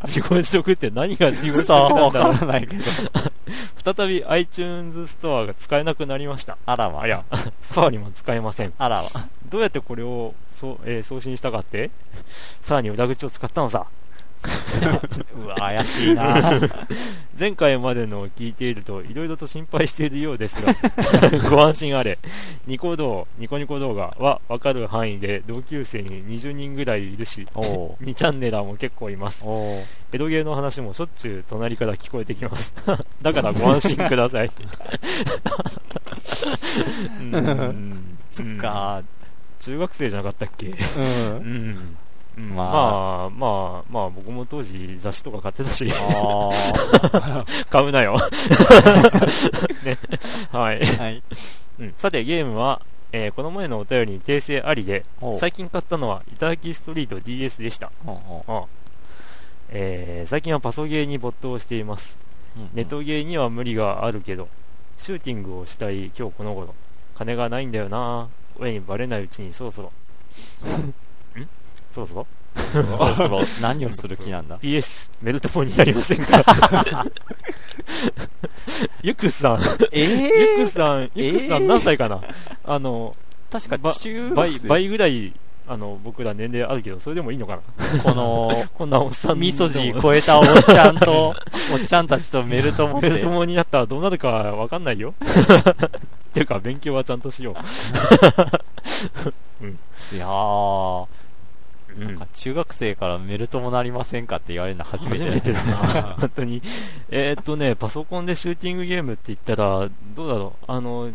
Speaker 1: 自業自得って何が自業自
Speaker 2: さあ、
Speaker 1: 得な
Speaker 2: わ
Speaker 1: んだろ
Speaker 2: からないけど。
Speaker 1: う。再び iTunes ストアが使えなくなりました。
Speaker 2: あら
Speaker 1: あ
Speaker 2: わ
Speaker 1: い。や、スパーリも使えません。
Speaker 2: あらわ。
Speaker 1: どうやってこれをそう、えー送信したかって さらに裏口を使ったのさ。
Speaker 2: うわ、怪しい な。
Speaker 1: 前回までのを聞いていると、いろいろと心配しているようですが、 ご安心あれ。ニコ動、ニコニコ動画は分かる範囲で同級生に20人ぐらいいるし、
Speaker 2: おお
Speaker 1: 2チャンネラーも結構います。
Speaker 2: お
Speaker 1: エドゲーの話もしょっちゅう隣から聞こえてきます。 だからご安心ください。 うん
Speaker 2: そっ。か。
Speaker 1: 中学生じゃなかったっけ
Speaker 2: う。
Speaker 1: うんん。うん
Speaker 2: ま
Speaker 1: まあ、まあ、まあ、僕も当時雑誌とか買ってたし、
Speaker 2: あ
Speaker 1: 買うなよ。ね。はい。
Speaker 2: あ。はい。
Speaker 1: うんさて、ゲームは、えーこの前のお便りに訂正ありで、
Speaker 2: おう
Speaker 1: 最近買ったのは、いただきストリート DS でした。
Speaker 2: ほうほ
Speaker 1: ああえー最近はパソゲーに没頭しています。
Speaker 2: ううん
Speaker 1: ネトゲーには無理があるけど、シューティングをしたい今日この頃。金がないんだよな親にバレないうちにそろそろ。んそろそろ
Speaker 2: そろそろ何をする気なんだ
Speaker 1: ?PS、メルトポンになりませんか ゆくさん、
Speaker 2: え
Speaker 1: ゆ
Speaker 2: え
Speaker 1: くさん、ゆくさん何歳かな、あの、
Speaker 2: 確か
Speaker 1: ば
Speaker 2: 中
Speaker 1: 倍
Speaker 2: 学生
Speaker 1: 倍ぐらいあの僕ら年齢あるけどそれでもいいのかな
Speaker 2: この、
Speaker 1: こんなおっさん
Speaker 2: みそじ
Speaker 1: でも
Speaker 2: 超えたおっちゃんと、 おっちゃんたちとメルト持っ
Speaker 1: ベル
Speaker 2: て
Speaker 1: ト。モになったらどうなるかわかんないよっていうか勉強はちゃんとしよ
Speaker 2: いやー。
Speaker 1: う、
Speaker 2: なんか中学生からメルトもなりませんかって言われるの初めて
Speaker 1: 初めてだな 本当にえーっとねパソコンでシューティングゲームって言ったらどうだろうあの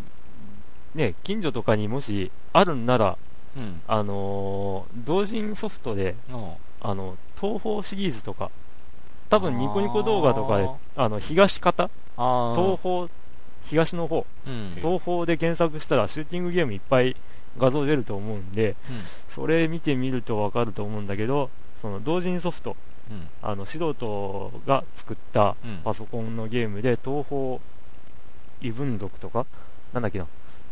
Speaker 1: ね近所とかにもしあるんなら
Speaker 2: うん
Speaker 1: あのー同人ソフトで
Speaker 2: うん
Speaker 1: あの東宝シリーズとか多分ニコニコ動画とかであの東方
Speaker 2: あー
Speaker 1: 東方、東の方、
Speaker 2: うん
Speaker 1: 東方で検索したらシューティングゲームいっぱい画像出ると思うんで、
Speaker 2: うん
Speaker 1: それ見てみるとわかると思うんだけど、その同人ソフト、
Speaker 2: うん
Speaker 1: あの素人が作った
Speaker 2: うん
Speaker 1: パソコンのゲームで、東方異文録とか、なんだっけな、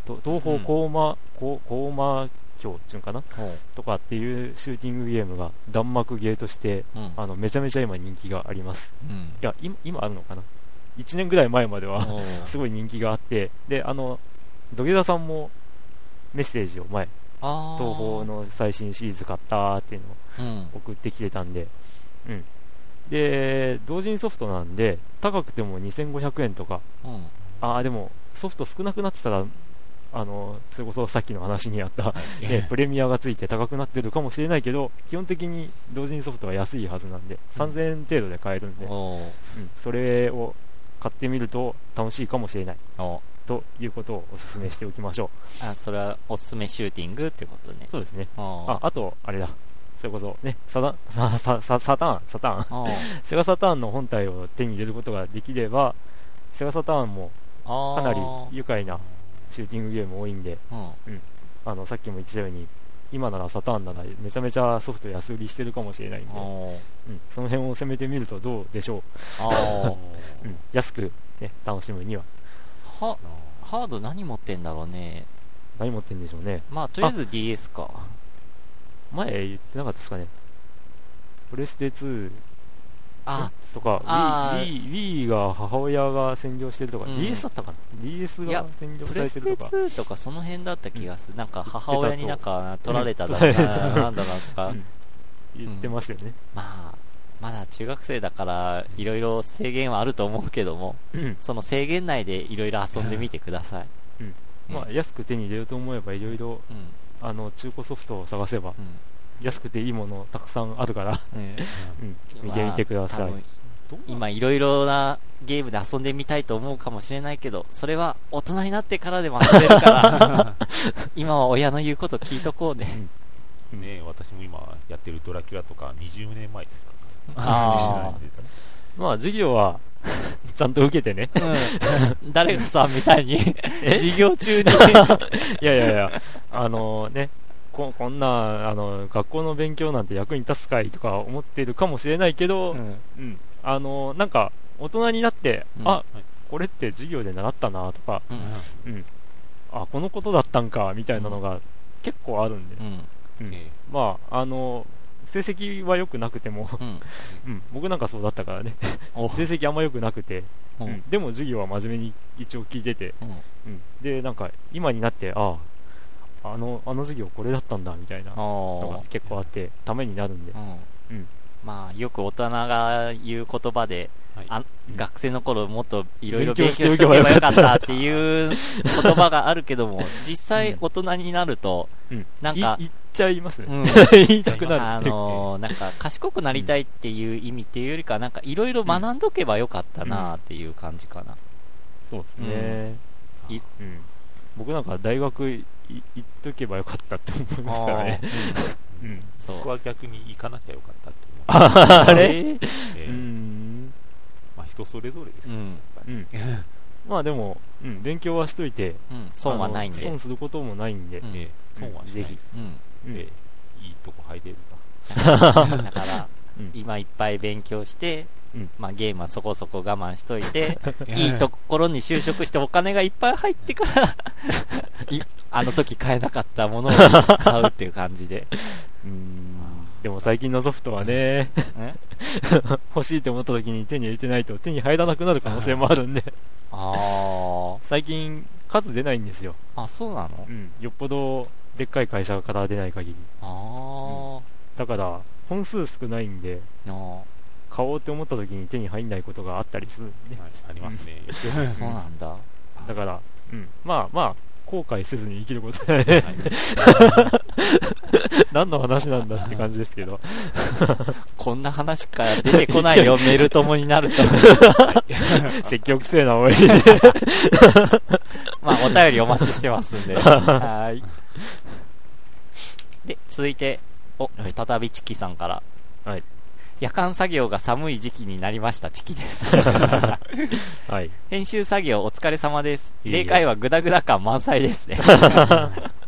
Speaker 1: と東方高馬、高高馬教っていうんかな
Speaker 2: ほう
Speaker 1: とかっていうシューティングゲームが弾幕ゲーとして、
Speaker 2: うん
Speaker 1: あのめちゃめちゃ今人気があります。
Speaker 2: うん
Speaker 1: いや、今今あるのかな ?1 年ぐらい前までは、
Speaker 2: ほう
Speaker 1: すごい人気があって、で、あの、土下座さんもメッセージを前、
Speaker 2: あー
Speaker 1: 東宝の最新シリーズ買ったっていうのを
Speaker 2: うん
Speaker 1: 送ってきてたんで、うん。で、同人ソフトなんで、高くても2500円とか、
Speaker 2: うん
Speaker 1: ああ、でも、ソフト少なくなってたら、あの、それこそさっきの話にあ った、ね、プレミアがついて高くなってるかもしれないけど、基本的に同人ソフトは安いはずなんで、3000円程度で買えるんで、
Speaker 2: ほう
Speaker 1: うんそれを買ってみると楽しいかもしれない
Speaker 2: お
Speaker 1: ということをお勧めしておきましょう。
Speaker 2: あそれはおすすめシューティングってことね
Speaker 1: そうですね。あ
Speaker 2: あ、
Speaker 1: あと、あれだ。それこそ、ね、サタン、サ、サ、サターン、サターン。
Speaker 2: あ
Speaker 1: セガサターンの本体を手に入れることができれば、セガサターンも
Speaker 2: あ
Speaker 1: かなり
Speaker 2: う
Speaker 1: 愉快なシューティングゲーム多いんで、
Speaker 2: ん、
Speaker 1: あの、さっきも言ってたように、今ならサターンならめちゃめちゃソフト安売りしてるかもしれないんで、
Speaker 2: お
Speaker 1: うん、その辺を攻めてみるとどうでしょう。
Speaker 2: あー
Speaker 1: うん、安く、ね、楽しむには。
Speaker 2: はハード何持ってんだろうね
Speaker 1: 何持ってんでしょうね。
Speaker 2: まあとりあえず DS か
Speaker 1: 前言ってなかったですかね。プレステ2
Speaker 2: あ
Speaker 1: とか、
Speaker 2: あー
Speaker 1: Wii Wii- Wii が母親が占領してるとか、
Speaker 2: うん
Speaker 1: DS だったかな ?DS
Speaker 2: いや
Speaker 1: が占領
Speaker 2: プ
Speaker 1: さ
Speaker 2: レ
Speaker 1: れ
Speaker 2: ス
Speaker 1: て
Speaker 2: テ
Speaker 1: るとか。
Speaker 2: 2とかその辺だった気がするなんか母親になんか
Speaker 1: と
Speaker 2: 取られただろうななんだろうとか、
Speaker 1: うん言ってましたよね。
Speaker 2: まあまだ中学生だからいろいろ制限はあると思うけども
Speaker 1: うん
Speaker 2: その制限内でいろいろ遊んでみてください
Speaker 1: うん
Speaker 2: うん
Speaker 1: まあ、安く手に入れようと思えば、いろいろ、
Speaker 2: うん
Speaker 1: あの、中古ソフトを探せば、
Speaker 2: うん
Speaker 1: 安くていいものたくさんあるから、
Speaker 2: ね
Speaker 1: うん見てみてくださ
Speaker 2: まあ
Speaker 1: い
Speaker 2: 多。分
Speaker 3: どうなん
Speaker 2: 今いろいろなゲームで遊んでみたいと思うかもしれないけど、それは大人になってからでも遊べるから、 今は親の言うこと聞いとこうね。
Speaker 3: ね私も今やってるドラキュラとか20年前ですから
Speaker 2: あ
Speaker 1: まあ、授業は、 ちゃんと受けてね。
Speaker 2: うん、 誰がさ、みたいに、 授業中 に、
Speaker 1: いやいやいや、あのね、ここんな、あの、学校の勉強なんて役に立つかいとか思ってるかもしれないけど、うんあの、なんか、大人になって、
Speaker 2: うん
Speaker 1: あ、これって授業で習ったなとか、
Speaker 2: うん
Speaker 1: あ、このことだったんか、みたいなのが結構あるんで
Speaker 2: う、ん
Speaker 1: うん
Speaker 3: え
Speaker 1: まあ、あの、成績は良くなくても、
Speaker 2: うん
Speaker 1: うん、僕なんかそうだったからね、
Speaker 2: お
Speaker 1: 成績あんま良くなくて、
Speaker 2: う
Speaker 1: うん
Speaker 2: ん
Speaker 1: でも授業は真面目に一応聞いてて、
Speaker 2: うん
Speaker 1: うんで、なんか、今になって、ああ、あの、あの授業これだったんだ、みたいなの
Speaker 2: お
Speaker 1: が結構あって、ためになるんで
Speaker 2: ーう、ん
Speaker 1: うん
Speaker 2: まあ、よく大人が言う言葉で、
Speaker 3: はい
Speaker 2: あ
Speaker 1: ん
Speaker 2: 学生の頃もっといろいろ勉
Speaker 1: 勉
Speaker 2: 強
Speaker 1: 強
Speaker 2: し
Speaker 1: してて
Speaker 2: お
Speaker 1: お
Speaker 2: けば
Speaker 1: けば
Speaker 2: よか
Speaker 1: よか
Speaker 2: っ
Speaker 1: ったた
Speaker 2: っていう言葉があるけど も、実際
Speaker 1: うん
Speaker 2: 大人になると、
Speaker 1: うん
Speaker 2: なんか
Speaker 1: い、言っちゃいますね。
Speaker 2: うん
Speaker 1: 言いたくな
Speaker 2: あ
Speaker 1: る。
Speaker 2: のーなんか賢くなりたいっていう意味っていうよりか、なんかいろいろ学んどけばよかったなっていう感じかな。
Speaker 1: そうですね。
Speaker 2: うん
Speaker 1: いうん僕なんか大学い行っとけばよかったって思いますからね。うん。
Speaker 2: そ
Speaker 3: 僕
Speaker 2: う。
Speaker 3: は逆に行かなきゃよかったと思う
Speaker 2: あれ
Speaker 3: え
Speaker 1: う
Speaker 3: え
Speaker 1: ん。
Speaker 3: まあ人それぞれです、
Speaker 2: うん。
Speaker 1: うん。まあでも、うん、勉強はしといて、
Speaker 2: うん。損はないん
Speaker 1: あの
Speaker 2: で
Speaker 1: 損。することもないんで、
Speaker 2: うん
Speaker 3: ええ損はしないです、
Speaker 2: う ん。
Speaker 1: うん
Speaker 3: ええいいとこ入れる
Speaker 2: だから
Speaker 1: うん、
Speaker 2: 今いっぱい勉強して
Speaker 1: うん、
Speaker 2: まあゲームはそこそこ我慢しといて、いいところに就職してお金がいっぱい入って から、いあの時買えなかったものを買うっていう感じ で。
Speaker 1: うんでも最近のソフトはね、
Speaker 2: ね
Speaker 1: 欲しいと思った時に手に入れてないと手に入らなくなる可能性もあるんで、
Speaker 2: あ
Speaker 1: 最近数出ないんですよ。
Speaker 2: あ。あ、そうなの
Speaker 1: うん。よっぽどでっかい会社から出ない限り。
Speaker 2: あ
Speaker 1: だから、本数少ないんで、
Speaker 2: あ。なあ
Speaker 1: 買おうって思った時に手に入んないことがあったりするんで、
Speaker 3: と、はい、ありま すね、
Speaker 2: そうなんだ。
Speaker 1: だから、うん。まあまあ、後悔せずに生きることだね。 何の話なんだって感じですけど。
Speaker 2: こんな話から出てこない よ、メル友になると。
Speaker 1: 積極性なおい。
Speaker 2: まあ、お便りお待ちしてます んで。はーい。で、続いて、お、
Speaker 1: はい
Speaker 2: 再びチキさんから。
Speaker 1: はい。
Speaker 2: 夜間作業が寒い時期になりました、チキ です。
Speaker 1: はい。
Speaker 2: 編集作業お疲れ様です。
Speaker 1: いえいえ
Speaker 2: 0回はグダグダ感満載です ね。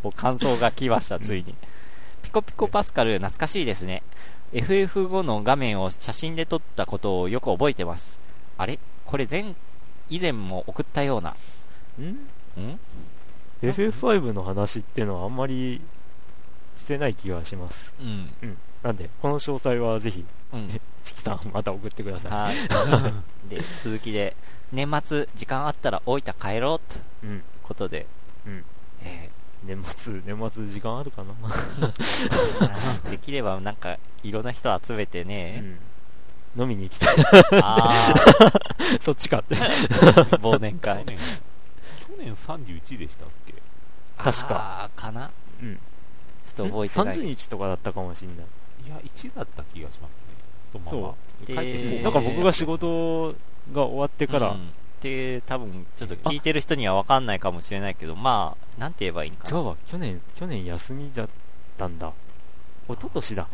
Speaker 2: お感想が来ました、ついに。ピコピコパスカル、懐かしいですね。FF5 の画面を写真で撮ったことをよく覚えてます。あれこれ前、以前も送ったような。ん
Speaker 1: ん FF5 の話ってのはあんまりしてない気がします。
Speaker 2: うん。
Speaker 1: なんで、この詳細はぜひ、
Speaker 2: うん。
Speaker 1: チキさんまた送ってくださ
Speaker 2: はい。で、続きで、年末、時間あったら大分帰ろう、と
Speaker 1: い。うん。
Speaker 2: ことで。
Speaker 1: うん
Speaker 2: え
Speaker 1: 年末、年末時間あるかな、
Speaker 2: ーできればなんか、いろんな人集めて
Speaker 1: う
Speaker 2: ね、
Speaker 1: ん、飲みに行きたい。
Speaker 2: あ
Speaker 1: そっちか って。
Speaker 2: ー、忘年
Speaker 3: 去
Speaker 2: 会。
Speaker 3: 年去年31でしたっけ
Speaker 1: 確か。
Speaker 2: あーかな
Speaker 1: うん。
Speaker 2: ちょっと覚えてないけ
Speaker 1: 30
Speaker 2: ど。
Speaker 1: 日とかだったかもしんない。
Speaker 3: いや1だった気がしますねそのま
Speaker 1: そ
Speaker 3: ま
Speaker 1: う
Speaker 3: 帰って
Speaker 2: えー
Speaker 1: なんか僕が仕事が終わってから
Speaker 2: うんって多分ちょっと聞いてる人には分かんないかもしれないけど、まあ、なんて言えばいいんか
Speaker 1: 違
Speaker 2: な。
Speaker 1: うわ、去年、去年休みだったんだ。一昨年だ。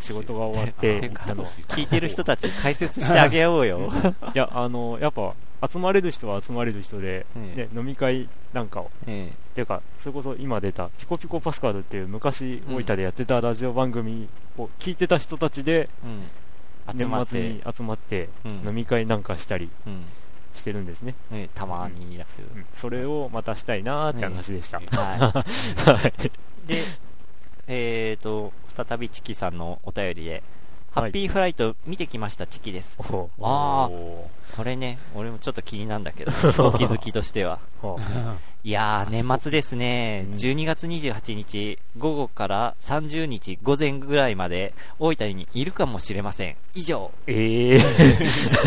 Speaker 1: 仕事が終わっ て
Speaker 2: て
Speaker 1: 行ったのは。
Speaker 2: 聞いてる人たち解説してあげようよ。
Speaker 1: いや、あの、やっぱ、集まれる人は集まれる人で、 ね
Speaker 2: え、
Speaker 1: 飲み会なんかを。
Speaker 2: ええ
Speaker 1: ていうか、それこそ今出た、ピコピコパスカルっていう昔、大分でやってたラジオ番組を聞いてた人たちで、
Speaker 2: えうん。集
Speaker 1: 年
Speaker 2: まっ
Speaker 1: 末
Speaker 2: て
Speaker 1: に、集まって、
Speaker 2: うん
Speaker 1: 飲み会なんかしたり
Speaker 2: うん
Speaker 1: してるんですね。
Speaker 2: ええたまに出す。
Speaker 1: うんそれをまたしたいなーって話でした。
Speaker 2: はい。で、 えっ、と、再びチキさんのお便りで、ハ
Speaker 1: はい
Speaker 2: ッピーフライト見てきました、チキです。
Speaker 1: おう
Speaker 2: あ
Speaker 3: お
Speaker 2: これね、俺もちょっと気になんだけど、お気づきとしては。
Speaker 1: おう
Speaker 2: いやー、年末ですね。
Speaker 1: うん
Speaker 2: 12月28日、午後から30日午前ぐらいまで、大分にいるかもしれません。以上。
Speaker 1: ええ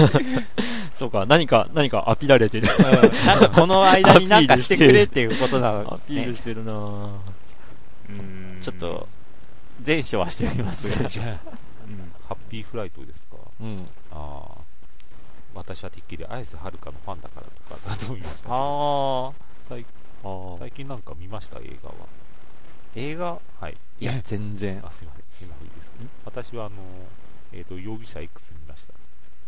Speaker 1: そうか、何か、何かアピられてる。
Speaker 2: なんかこの間になんかしてくれっていうことな
Speaker 1: ア
Speaker 2: の
Speaker 1: ピー
Speaker 2: ね
Speaker 1: ル。してるなぁうん
Speaker 2: ちょっと、前処はしてみますが。
Speaker 3: ー
Speaker 1: うん
Speaker 3: ハッピーフライトですか
Speaker 2: うん。
Speaker 3: ああ私はてっきり綾瀬はるかのファンだからとかだと思いましたけど
Speaker 2: あー、
Speaker 3: 最
Speaker 1: あー
Speaker 3: 最近なんか見ました映画は
Speaker 2: 映画
Speaker 3: はい
Speaker 2: いや、全然。
Speaker 3: あすいません今いいですか私はあのえっ、と容疑者いくつ見ました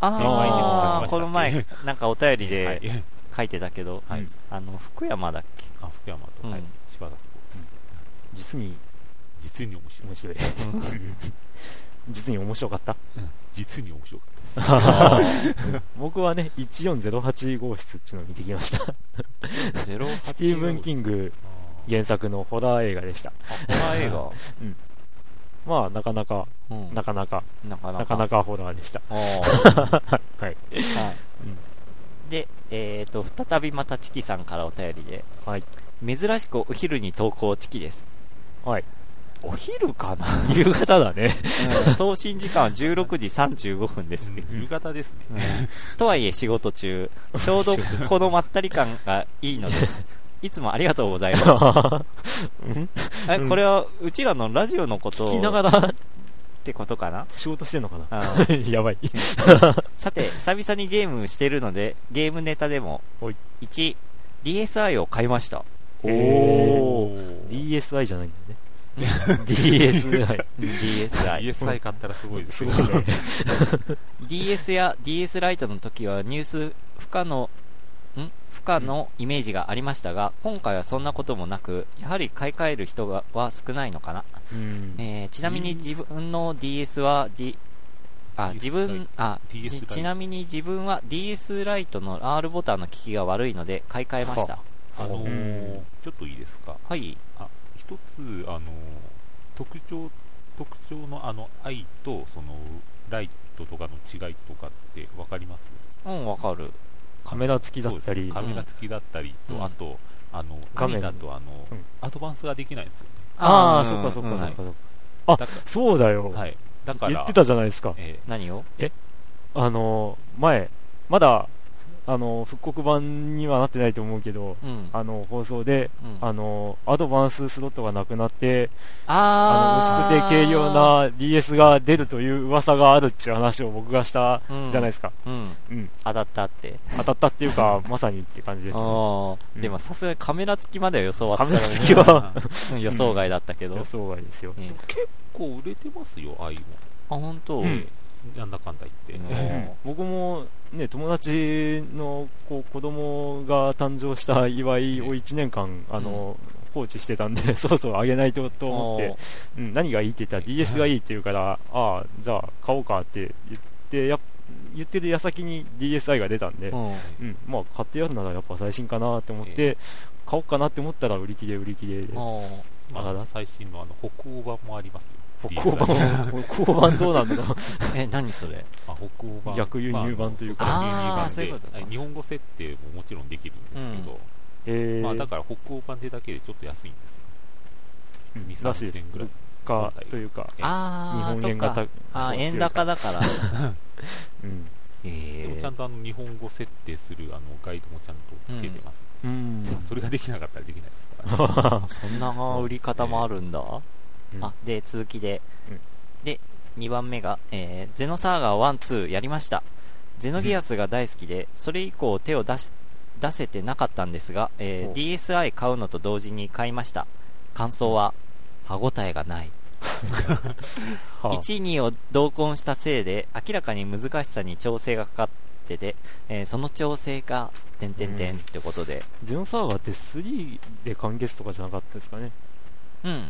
Speaker 2: あ
Speaker 1: あ
Speaker 2: あ、
Speaker 3: ー
Speaker 2: この前、 なんかお便り
Speaker 3: はい
Speaker 2: で書いてたけど、
Speaker 3: はい
Speaker 2: あの、福山だっけ
Speaker 3: あ福山と、
Speaker 2: うん
Speaker 3: はい柴田と
Speaker 1: 実に
Speaker 3: 実に面白い
Speaker 1: 面白い。実に面白かった。
Speaker 3: 実に面白かっ
Speaker 1: 僕はね、14085号室っていうのを見てきました。
Speaker 2: ゼロ
Speaker 1: スティーブン・キング
Speaker 3: たあー
Speaker 1: 原作のホラー映画でした。
Speaker 2: 映画
Speaker 1: まあ、なかなか、
Speaker 2: うん
Speaker 1: なかなか、
Speaker 2: なかなか。
Speaker 1: なかなかホラーでした。
Speaker 2: おー
Speaker 1: はい。
Speaker 2: はい
Speaker 1: うん
Speaker 2: で、えっ、と、再びまたチキさんからお便りで、
Speaker 1: はい。
Speaker 2: 珍しくお昼に投稿チキです。
Speaker 1: はい。
Speaker 2: お昼かな
Speaker 1: 夕方だね。
Speaker 2: 送信時間は16時35分ですね。
Speaker 3: 夕方ですね
Speaker 2: とはいえ仕事中、ちょう どこのまったり感がいいのです。いつもありがとうござい ます。え、
Speaker 1: うん
Speaker 2: これは、うちらのラジオのこと
Speaker 1: 聞きな
Speaker 2: っ
Speaker 1: がら
Speaker 2: てことかな
Speaker 1: 仕事してんの かな
Speaker 2: あの
Speaker 1: やばい。
Speaker 2: さて、久々にゲームしてるので、ゲームネタでも
Speaker 1: はい、
Speaker 2: 1、DSi を買いました。
Speaker 1: お
Speaker 3: お
Speaker 1: ー。
Speaker 3: ー
Speaker 1: DSI じゃないんだよ ね。DSI。
Speaker 2: DSi。
Speaker 3: ESI 買ったらすごいです
Speaker 1: す
Speaker 3: ね
Speaker 1: ごいね。
Speaker 2: DS や DS ライトの時はニュース不可の、ん不可のイメージがありましたが、今回はそんなこともなく、やはり買い替える人がは少ないのかな。
Speaker 1: うん
Speaker 2: えーちなみに自分の DS は、D、あ、自分、あ、
Speaker 3: DS ライ
Speaker 2: ち
Speaker 3: ト
Speaker 2: ちなみに自分は DS ライトの R ボタンの効きが悪いので買い替えました。
Speaker 3: あのー
Speaker 1: うん
Speaker 3: ちょっといいですか
Speaker 2: はい。
Speaker 3: 一つあの特徴特徴のあの愛とそのライトとかの違いとかって分かります
Speaker 2: うん、わかる。
Speaker 1: カメラ付きだっ
Speaker 3: そ
Speaker 1: た
Speaker 3: うです
Speaker 1: り
Speaker 3: ねカ、メラ付きだったりと、
Speaker 2: うん
Speaker 3: あとあの
Speaker 1: 画面
Speaker 3: 画だとあの、
Speaker 1: うん
Speaker 3: アドバンスができないんですよね
Speaker 1: ああ、
Speaker 2: ー
Speaker 1: そっかそっ
Speaker 2: うん
Speaker 1: かそっかそっか。
Speaker 3: だ
Speaker 1: あ
Speaker 3: か
Speaker 1: そうだよ
Speaker 3: ら、。はい、だから
Speaker 1: 言ってたじゃないですか。
Speaker 3: え
Speaker 2: 何を
Speaker 1: あの、前、まだ、あの、復刻版にはなってないと思うけど、
Speaker 2: うん。
Speaker 1: あの、放送で、
Speaker 2: うん
Speaker 1: あの、アドバンススロットがなくなって、あ
Speaker 2: あ
Speaker 1: の、薄くて軽量な DS が出るという噂があるっていう話を僕がした
Speaker 2: な
Speaker 1: じゃな
Speaker 2: い
Speaker 1: いですか。
Speaker 2: うん。
Speaker 1: うん。
Speaker 2: 当たったって。
Speaker 1: 当たったっていう か、まさにって感じです
Speaker 2: あ
Speaker 1: ね。
Speaker 2: ー
Speaker 1: うん
Speaker 2: でもさすがにカメラ付きまでは予想はつ
Speaker 1: カ
Speaker 2: か
Speaker 1: メ
Speaker 2: な
Speaker 1: ラ
Speaker 2: い
Speaker 1: 付き
Speaker 3: え
Speaker 1: は、
Speaker 3: あー
Speaker 2: うん予想外だったけど。
Speaker 1: 予想外ですよ。
Speaker 2: ええ
Speaker 3: こう売れてますよ愛も
Speaker 2: あ、本当。
Speaker 1: うん
Speaker 3: なんだかんだ言って、
Speaker 2: うん
Speaker 1: 僕も、ね、友達のこう子供が誕生した祝いを1年間、あの、放置してたんで、そ ろそろあげないとと思って、うん、何がいいって言ったら DS がいいって言うから、ああ、じゃあ買おうかって言って、やっ言ってる矢先に DSi が出たんで、
Speaker 2: うん
Speaker 1: うん、まあ買ってやるならやっぱ最新かなって思っ
Speaker 3: え
Speaker 1: て、買おうかなって思ったら売り切れ売り切れで、
Speaker 2: うん
Speaker 3: ま
Speaker 1: あ
Speaker 3: あ
Speaker 1: ら、
Speaker 3: 最新のあの北欧版もありますよ
Speaker 1: 北欧版
Speaker 3: DSi、
Speaker 1: 北欧版どう なんだろう。
Speaker 2: え、何それ
Speaker 3: あ北欧版
Speaker 1: 逆輸入版というか
Speaker 3: まあ
Speaker 2: あー
Speaker 3: そ
Speaker 2: そう
Speaker 3: う
Speaker 2: いう
Speaker 3: 逆
Speaker 2: こと
Speaker 3: 輸入版
Speaker 2: か
Speaker 3: で日本語設定ももちろんできるんですけど、
Speaker 1: えー、
Speaker 3: まあ、だから北欧版でだけでちょっと安いんですよ
Speaker 1: うん
Speaker 3: 2、
Speaker 1: らしい
Speaker 3: 3000
Speaker 1: です
Speaker 3: 円。ぐらい
Speaker 1: 物価というか、
Speaker 3: え
Speaker 2: あ
Speaker 1: 日
Speaker 2: ー、
Speaker 1: 本
Speaker 2: そっ
Speaker 1: 円が
Speaker 2: か。あー、円高だ
Speaker 1: だ。
Speaker 2: から。
Speaker 1: うん。
Speaker 3: でもちゃんとあの日本語設定するあのガイドもちゃんとつけてます、
Speaker 1: うん。
Speaker 3: それができなかったらできないですから、
Speaker 2: そんな売り方もあるんだ。あ、で、続きで。
Speaker 1: うん
Speaker 2: で、2番目が、えー、ゼノサーガー1、2やりました。ゼノビアスが大好きで、それ以降手を出し出せてなかったんですが、えー
Speaker 3: お
Speaker 2: DSi 買うのと同時に買いました。感想は、歯応えがない。
Speaker 1: はあ
Speaker 2: 1、2を同梱したせいで、明らかに難しさに調整がかかってて、えーその調整が、てんてんてんってことで、
Speaker 1: ゼノサーバーって3で完結とかじゃなかったですかね。
Speaker 2: うん。
Speaker 1: うん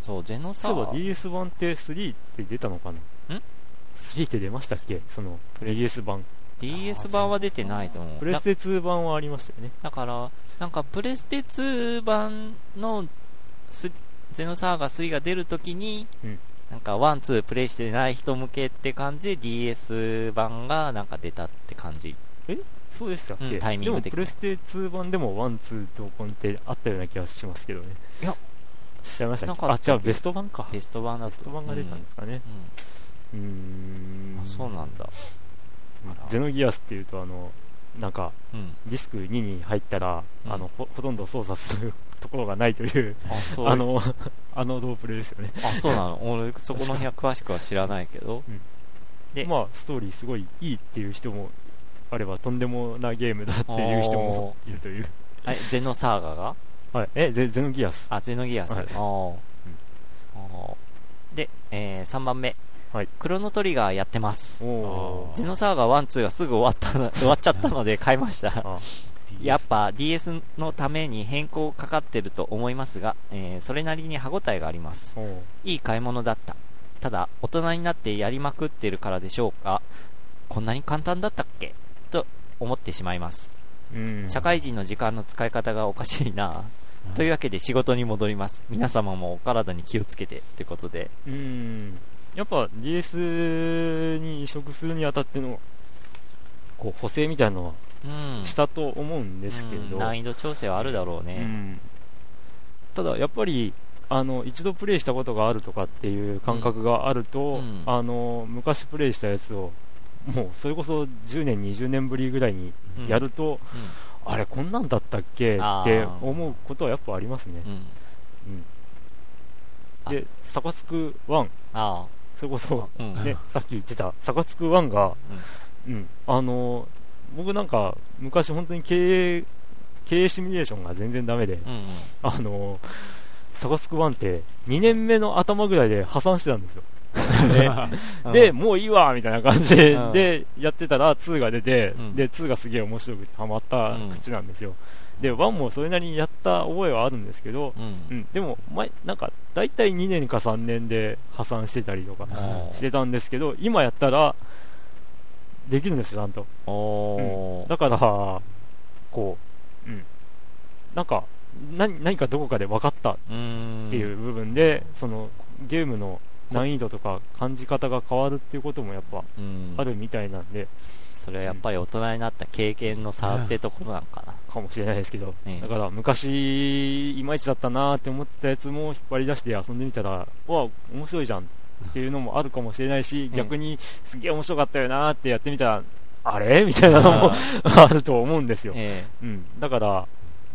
Speaker 2: そう、ゼノサ
Speaker 1: そういえば
Speaker 2: ー
Speaker 1: DS 版って3って出たのかな
Speaker 2: うん
Speaker 1: ?3 って出ましたっけその DS 版。
Speaker 2: DS 版は出てないと思
Speaker 1: プ
Speaker 2: う。
Speaker 1: レ
Speaker 2: だ
Speaker 1: ステ2版はありましたよね。
Speaker 2: だから、なんかプレステ2版のスゼノサーガ3が出るときに、
Speaker 1: うん
Speaker 2: なんかワンツープレイしてない人向けって感じで DS 版がなんか出たって感じ。
Speaker 1: そうでしたっけ、
Speaker 2: うんタイミング的
Speaker 1: でも
Speaker 2: に
Speaker 1: プレステ2版でも1、2同梱ってあったような気がしますけどね。
Speaker 2: いや、
Speaker 1: 違いました
Speaker 2: なん
Speaker 1: っけ
Speaker 2: かあ
Speaker 1: あ、
Speaker 2: った
Speaker 1: じゃあベスト版か。
Speaker 2: ベ
Speaker 1: ベス
Speaker 2: スト版だと。
Speaker 1: ト版が出たんですかね。
Speaker 2: う
Speaker 1: うー
Speaker 2: ん、
Speaker 1: ん。
Speaker 2: あそうなんだ。あら
Speaker 1: ゼノギアスっていうと、あの、なんか、
Speaker 2: うん。
Speaker 1: ディスク2に入ったら、
Speaker 2: うん
Speaker 1: あのほ、ほとんど操作するところがないという、
Speaker 2: あ、そう。
Speaker 1: あの、 あのロープレイですよね。
Speaker 2: あ、そうなの。俺、そこの辺は詳しくは知らないけど。え
Speaker 1: まあ、ストーリーすごいいいっていう人もあれば、とんでもなゲームだっていう人もいるという。
Speaker 2: あゼノサーガが
Speaker 1: はい。え、ゼゼノギアス。
Speaker 2: あ、ゼノギアス。
Speaker 1: はい
Speaker 2: あーあーで、えー、3番目。
Speaker 1: はい
Speaker 2: クロノトリガーやってます。
Speaker 1: お
Speaker 2: ゼノサーガー1、2がすぐ終わったの、 終わっちゃったので買いました。
Speaker 1: あ
Speaker 2: やっぱ DS のために変更かかってると思いますが、えーそれなりに歯応えがあります。
Speaker 1: おー
Speaker 2: いい買い物だった。ただ、大人になってやりまくってるからでしょうか、こんなに簡単だったっけと思ってしまいます。
Speaker 1: うん。
Speaker 2: 社会人の時間の使い方がおかしいなというわけで仕事に戻ります。皆様もお体に気をつけて、ということで。
Speaker 1: うん。やっぱ DS に移植するにあたっての、こう、補正みたいなのは
Speaker 2: うん
Speaker 1: したと思うんですけ
Speaker 2: うん
Speaker 1: ど、
Speaker 2: 難易度調整はあるだろう
Speaker 1: う
Speaker 2: ね。
Speaker 1: んただやっぱりあの一度プレイしたことがあるとかっていう感覚があると、
Speaker 2: うん
Speaker 1: あの昔プレイしたやつをもうそれこそ10年20年ぶりぐらいに
Speaker 2: うん
Speaker 1: やると、
Speaker 2: う
Speaker 1: あれこんなんだったっけ
Speaker 2: あー
Speaker 1: って思うことはやっぱありますね、
Speaker 2: ん。うん。
Speaker 1: うんで「サカツク1
Speaker 2: あ」
Speaker 1: それこそ、
Speaker 2: あ。 うん。
Speaker 1: ね、さっき言ってた「サカツク1が」うんあの僕なんか昔本当に経営経営シミュレーションが全然ダメで、
Speaker 2: うん。うん。
Speaker 1: あのサガスク1って2年目の頭ぐらいで破産してたんですよ。
Speaker 2: うん
Speaker 1: で、、もういいわみたいな感じで
Speaker 2: うん
Speaker 1: でやってたら2が出て、
Speaker 2: うん
Speaker 1: で、2がすげえ面白くてハマった口なんですよ。で、1もそれなりにやった覚えはあるんですけど、
Speaker 2: う。
Speaker 1: うんん、でも、前、なんか、だいたい2年か3年で破産してたりとか
Speaker 2: あー
Speaker 1: してたんですけど、今やったら、できるんですよ、ちゃんと。
Speaker 2: おー。
Speaker 1: だから、こう、うん。なんか、何、何かどこかで分かった
Speaker 2: うん。
Speaker 1: っていう部分で、そのゲームの難易度とか感じ方が変わるっていうこともやっぱ
Speaker 2: うん。
Speaker 1: あるみたいなんで、
Speaker 2: それはやっぱり大人になった経験の差ってところなのかな。
Speaker 1: かもしれないですけど、
Speaker 2: ええ
Speaker 1: だから昔、いまいちだったなーって思ってたやつも引っ張り出して遊んでみたら、うわ、面白いじゃんっていうのもあるかもしれないし、
Speaker 2: え
Speaker 1: 逆にすげえ面白かったよなーってやってみたら、あれみたいなのも あると思うんですよ。
Speaker 2: え
Speaker 1: うん、だから、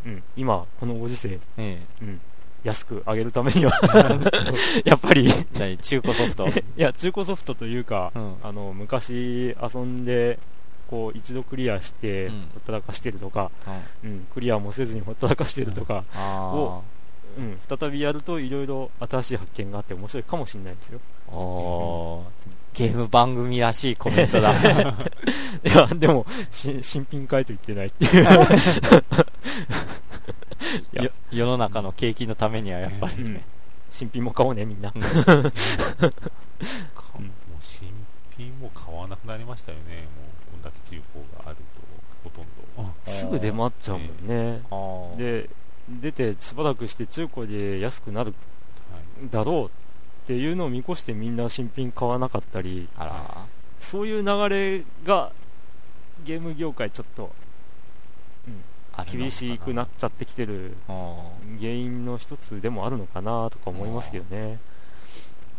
Speaker 1: うん、今、このご時世、
Speaker 2: え。え
Speaker 1: うん、安く上げるため には、やっぱり、い
Speaker 2: え。何中古 ソフト。
Speaker 1: や、中古ソフトというか、
Speaker 2: うん。
Speaker 1: あの昔遊んでこう一度クリアして
Speaker 2: うん
Speaker 1: ほったらかしてるとか、
Speaker 2: あ
Speaker 1: うん、クリアもせずにほったらかしてるとか、
Speaker 2: あ
Speaker 1: をうん、再びやるといろいろ新しい発見があって面白いかもしれないですよ
Speaker 2: ー。おー。ゲーム番組らしいコメントだ。
Speaker 1: いやでもし新品買えと言ってないっていういや
Speaker 2: よ世の中の景気のためにはやっぱりね。
Speaker 1: 新品も買おうねみんな
Speaker 3: か
Speaker 1: うん
Speaker 3: もう新品も買わなくなりましたよね、もうこんだけ中古があると、ほとんど。
Speaker 1: すぐ出回っちゃうもんね
Speaker 2: あー、
Speaker 1: で出てしばらくして中古で安くなる
Speaker 3: はい
Speaker 1: だろうっていうのを見越してみんな新品買わなかったり
Speaker 2: あら。
Speaker 1: そういう流れがゲーム業界ちょっと
Speaker 2: あるのかな
Speaker 1: 厳しくなっちゃってきてる
Speaker 2: あー
Speaker 1: 原因の一つでもあるのかなとか思いますけどね、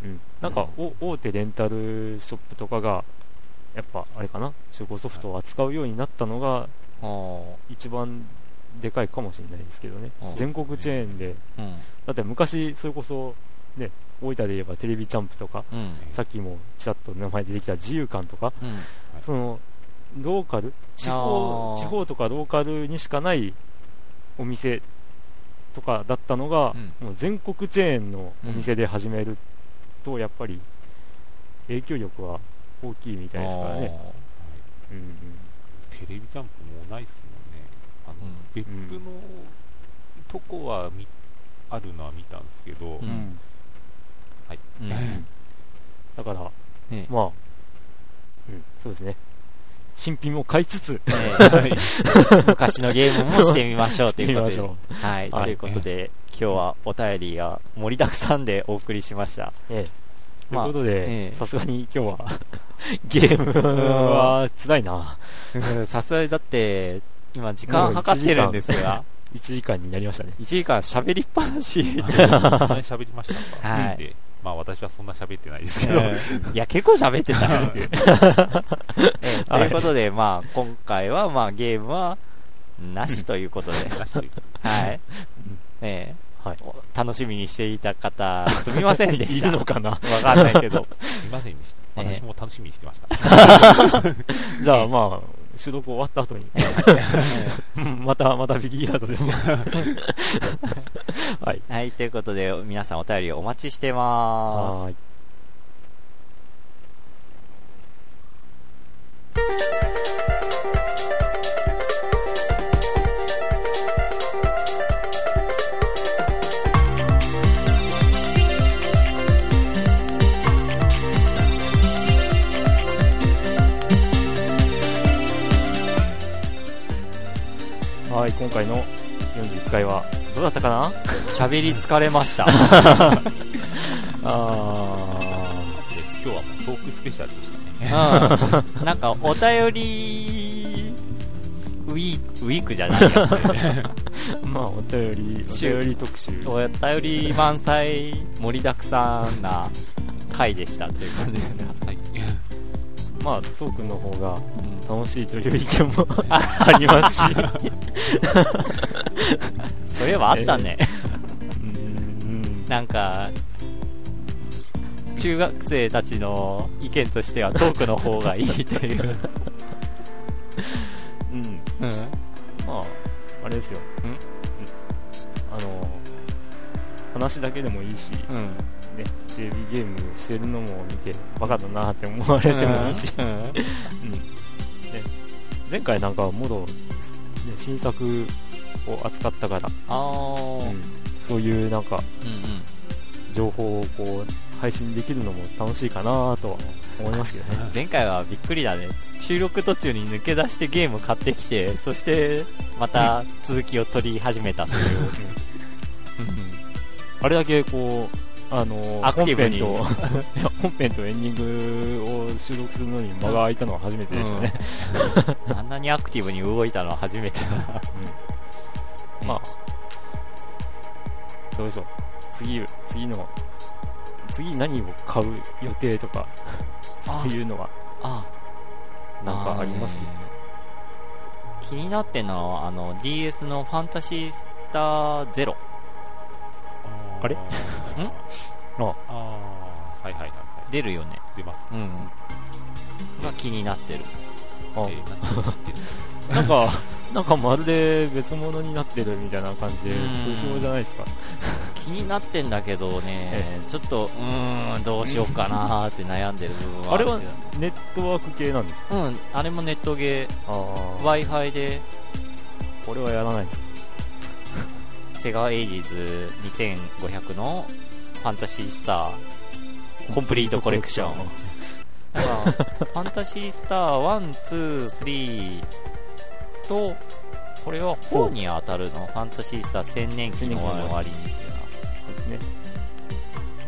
Speaker 1: うん、なんかお大手レンタルショップとかがやっぱあれかな中古ソフトを扱うようになったのが
Speaker 2: あー。
Speaker 1: 一番でかいかもしれないですけどね
Speaker 2: あ
Speaker 1: 全国チェーンで
Speaker 2: うん。
Speaker 1: だって昔それこそね大分で言えばテレビチャンプとか
Speaker 2: うん。
Speaker 1: さっきもちらっと名前出てきた自由館とか
Speaker 2: うん。
Speaker 3: はい
Speaker 1: そのローカル地方
Speaker 2: あー
Speaker 1: 地方とかローカルにしかないお店とかだったのが、
Speaker 3: うん
Speaker 1: もう全国チェーンのお店で始めるとやっぱり影響力は大きいみたいですから
Speaker 3: あー
Speaker 1: ね、う
Speaker 3: はい
Speaker 1: んうん、
Speaker 3: テレビジャンプもうないっすもんねあ
Speaker 2: う
Speaker 3: の、
Speaker 2: ん
Speaker 3: 別府のとこは見あるのは見たんですけど、
Speaker 2: うん
Speaker 3: はい
Speaker 2: うん
Speaker 1: だからま
Speaker 2: ね
Speaker 1: あ、うん、そうですね新品も買いつつ
Speaker 2: ね昔のゲー ムもしてみ ましょうということ
Speaker 1: してみま
Speaker 2: で。はい。
Speaker 1: はい
Speaker 2: ということで、今日はお便りが盛りだくさんでお送りしました。
Speaker 1: ええとい
Speaker 2: ま
Speaker 1: う
Speaker 2: あ
Speaker 1: こと
Speaker 2: え
Speaker 1: で
Speaker 2: え、
Speaker 1: さすがに今日は ゲームは辛いな。
Speaker 2: さすがにだって、今時間計ってるんですが、
Speaker 1: 1時間になりましたね。
Speaker 2: 1時間喋りっぱな し。
Speaker 3: あのそんなに喋りましたか、
Speaker 2: はい
Speaker 3: でまあ私はそんな喋ってないですけど、
Speaker 2: うん いや、結構喋ってたよ。 ええ ということで、まあ、今回は、まあ、ゲームは、なしということ で、
Speaker 3: 出してる
Speaker 2: はい。ええ
Speaker 1: はい
Speaker 2: お楽しみにしていた方、すみませんでし
Speaker 1: い
Speaker 2: た。
Speaker 1: るのかな
Speaker 2: わかんないけ ど。
Speaker 3: すいませんでした
Speaker 2: ええ
Speaker 3: 私も楽しみにしてました、
Speaker 1: じゃあまあ、収録終わった後に、 うんまた、またビリヤードでも。はい。
Speaker 2: はい、ということで、皆さんお便りお待ちしてます。
Speaker 1: はーい。はい、今回の41回はどうだったかな
Speaker 2: 喋り疲れま した。
Speaker 1: あ
Speaker 3: で今日はもうトークスペシャルでしたね
Speaker 2: うんなんか、お便り、ウィーク、ウィークじゃないや。
Speaker 1: ーまあお便り
Speaker 2: 週
Speaker 1: お便り特集
Speaker 2: お便り満載、盛りだくさんな回でしたっていう感じですね。
Speaker 3: はい
Speaker 1: まあトークの方が
Speaker 2: うん
Speaker 1: 楽しいという意見 もありますし
Speaker 2: そういえばあったね。
Speaker 1: うん
Speaker 2: なんか、中学生たちの意見としてはトークの方がいいって いう。
Speaker 1: うん
Speaker 2: うん。
Speaker 1: まああれですよ
Speaker 2: ん
Speaker 1: うんあの話だけでもいいし、ね、
Speaker 2: うん。
Speaker 1: テレビゲームしてるのも見てバカだなって思われてもいいし、
Speaker 2: うん
Speaker 1: うんね、前回なんかはもろ、ね、新作を扱ったから、
Speaker 2: あー。
Speaker 1: うんそういうなんか
Speaker 2: うんうん
Speaker 1: 情報をこう配信できるのも楽しいかなとは思いますけど ね
Speaker 2: 前回はびっくりだね収録途中に抜け出してゲーム買ってきてそしてまた続きを取り始めたという
Speaker 1: あれだけこうあの
Speaker 2: アク
Speaker 1: 本
Speaker 2: ティブ
Speaker 1: 編と
Speaker 2: に
Speaker 1: いや本編とエ ンディングを収録するのに間が空いたのは初めてでしたね、
Speaker 2: あんなにアクティブに動いたのは初めてだ
Speaker 1: うんまあどうでしょう次次の次何を買う予定とか
Speaker 2: あ
Speaker 1: そういうのは
Speaker 2: あ
Speaker 1: なんかあります
Speaker 2: 気になってんのはあの DS の「ファンタシースターゼロ
Speaker 1: あれ
Speaker 3: ん
Speaker 1: あ
Speaker 3: あーはいはいはいはい
Speaker 2: 出るよね
Speaker 3: 出ます、
Speaker 2: うんが気になってる
Speaker 1: あ
Speaker 3: えーなんか知 ってる
Speaker 1: なんか、なんかまるで別物になってるみたいな感じで
Speaker 2: うん、
Speaker 1: 不評じゃないですか。
Speaker 2: 気になってんだけどね
Speaker 1: え
Speaker 2: ちょっとうーんどうしようかなーって悩んでる部分は
Speaker 1: あれ
Speaker 2: る
Speaker 1: は
Speaker 2: けど
Speaker 1: ネットワーク系なんですか
Speaker 2: うんあれもネットゲー
Speaker 1: あ
Speaker 2: w i f i で
Speaker 1: これはやらないんですか
Speaker 2: セガエイジーズ2500のファンタシースターコンプリートコレクション。だから、ファンタシースター1、2、3と、これは4に当たるのファンタシースター千年期の終わりにっていうの
Speaker 1: そうですね。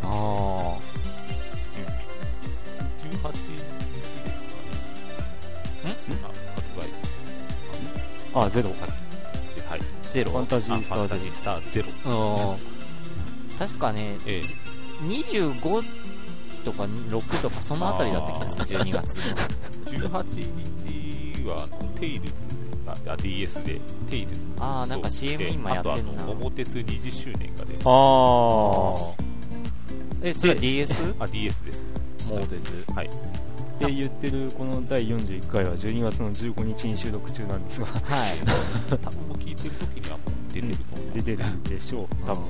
Speaker 2: は。あ
Speaker 3: 18日ですかねあ発売
Speaker 1: あ、ゼロ。
Speaker 3: されては
Speaker 2: あ、
Speaker 3: い
Speaker 2: ゼ
Speaker 1: ファ
Speaker 2: ロ
Speaker 1: ン。タジ
Speaker 3: あ
Speaker 1: ース
Speaker 3: フ
Speaker 1: タ
Speaker 3: ァンタ
Speaker 1: ー
Speaker 3: ジ
Speaker 1: ゼ
Speaker 3: ースターゼロ
Speaker 2: うん確かね、
Speaker 3: ええ
Speaker 2: 25とか6とかそのあたりだった気がする、12月の。
Speaker 3: 18日はあの、テイルズが、あ DS で、テイルズ
Speaker 2: あーなんか CM
Speaker 3: で
Speaker 2: 今やってんな
Speaker 3: あとあの、表2 0周年がで、
Speaker 1: ロ。あ
Speaker 2: え、それは DS?
Speaker 3: あ、DS です。
Speaker 2: モーデズ。
Speaker 3: はい。
Speaker 1: って言ってるこの第41回は12月の15日に収録中なんですが
Speaker 2: はい。
Speaker 3: 多分もう聞いてる時にはもう出てると思います。
Speaker 1: 出てるんでしょう多分、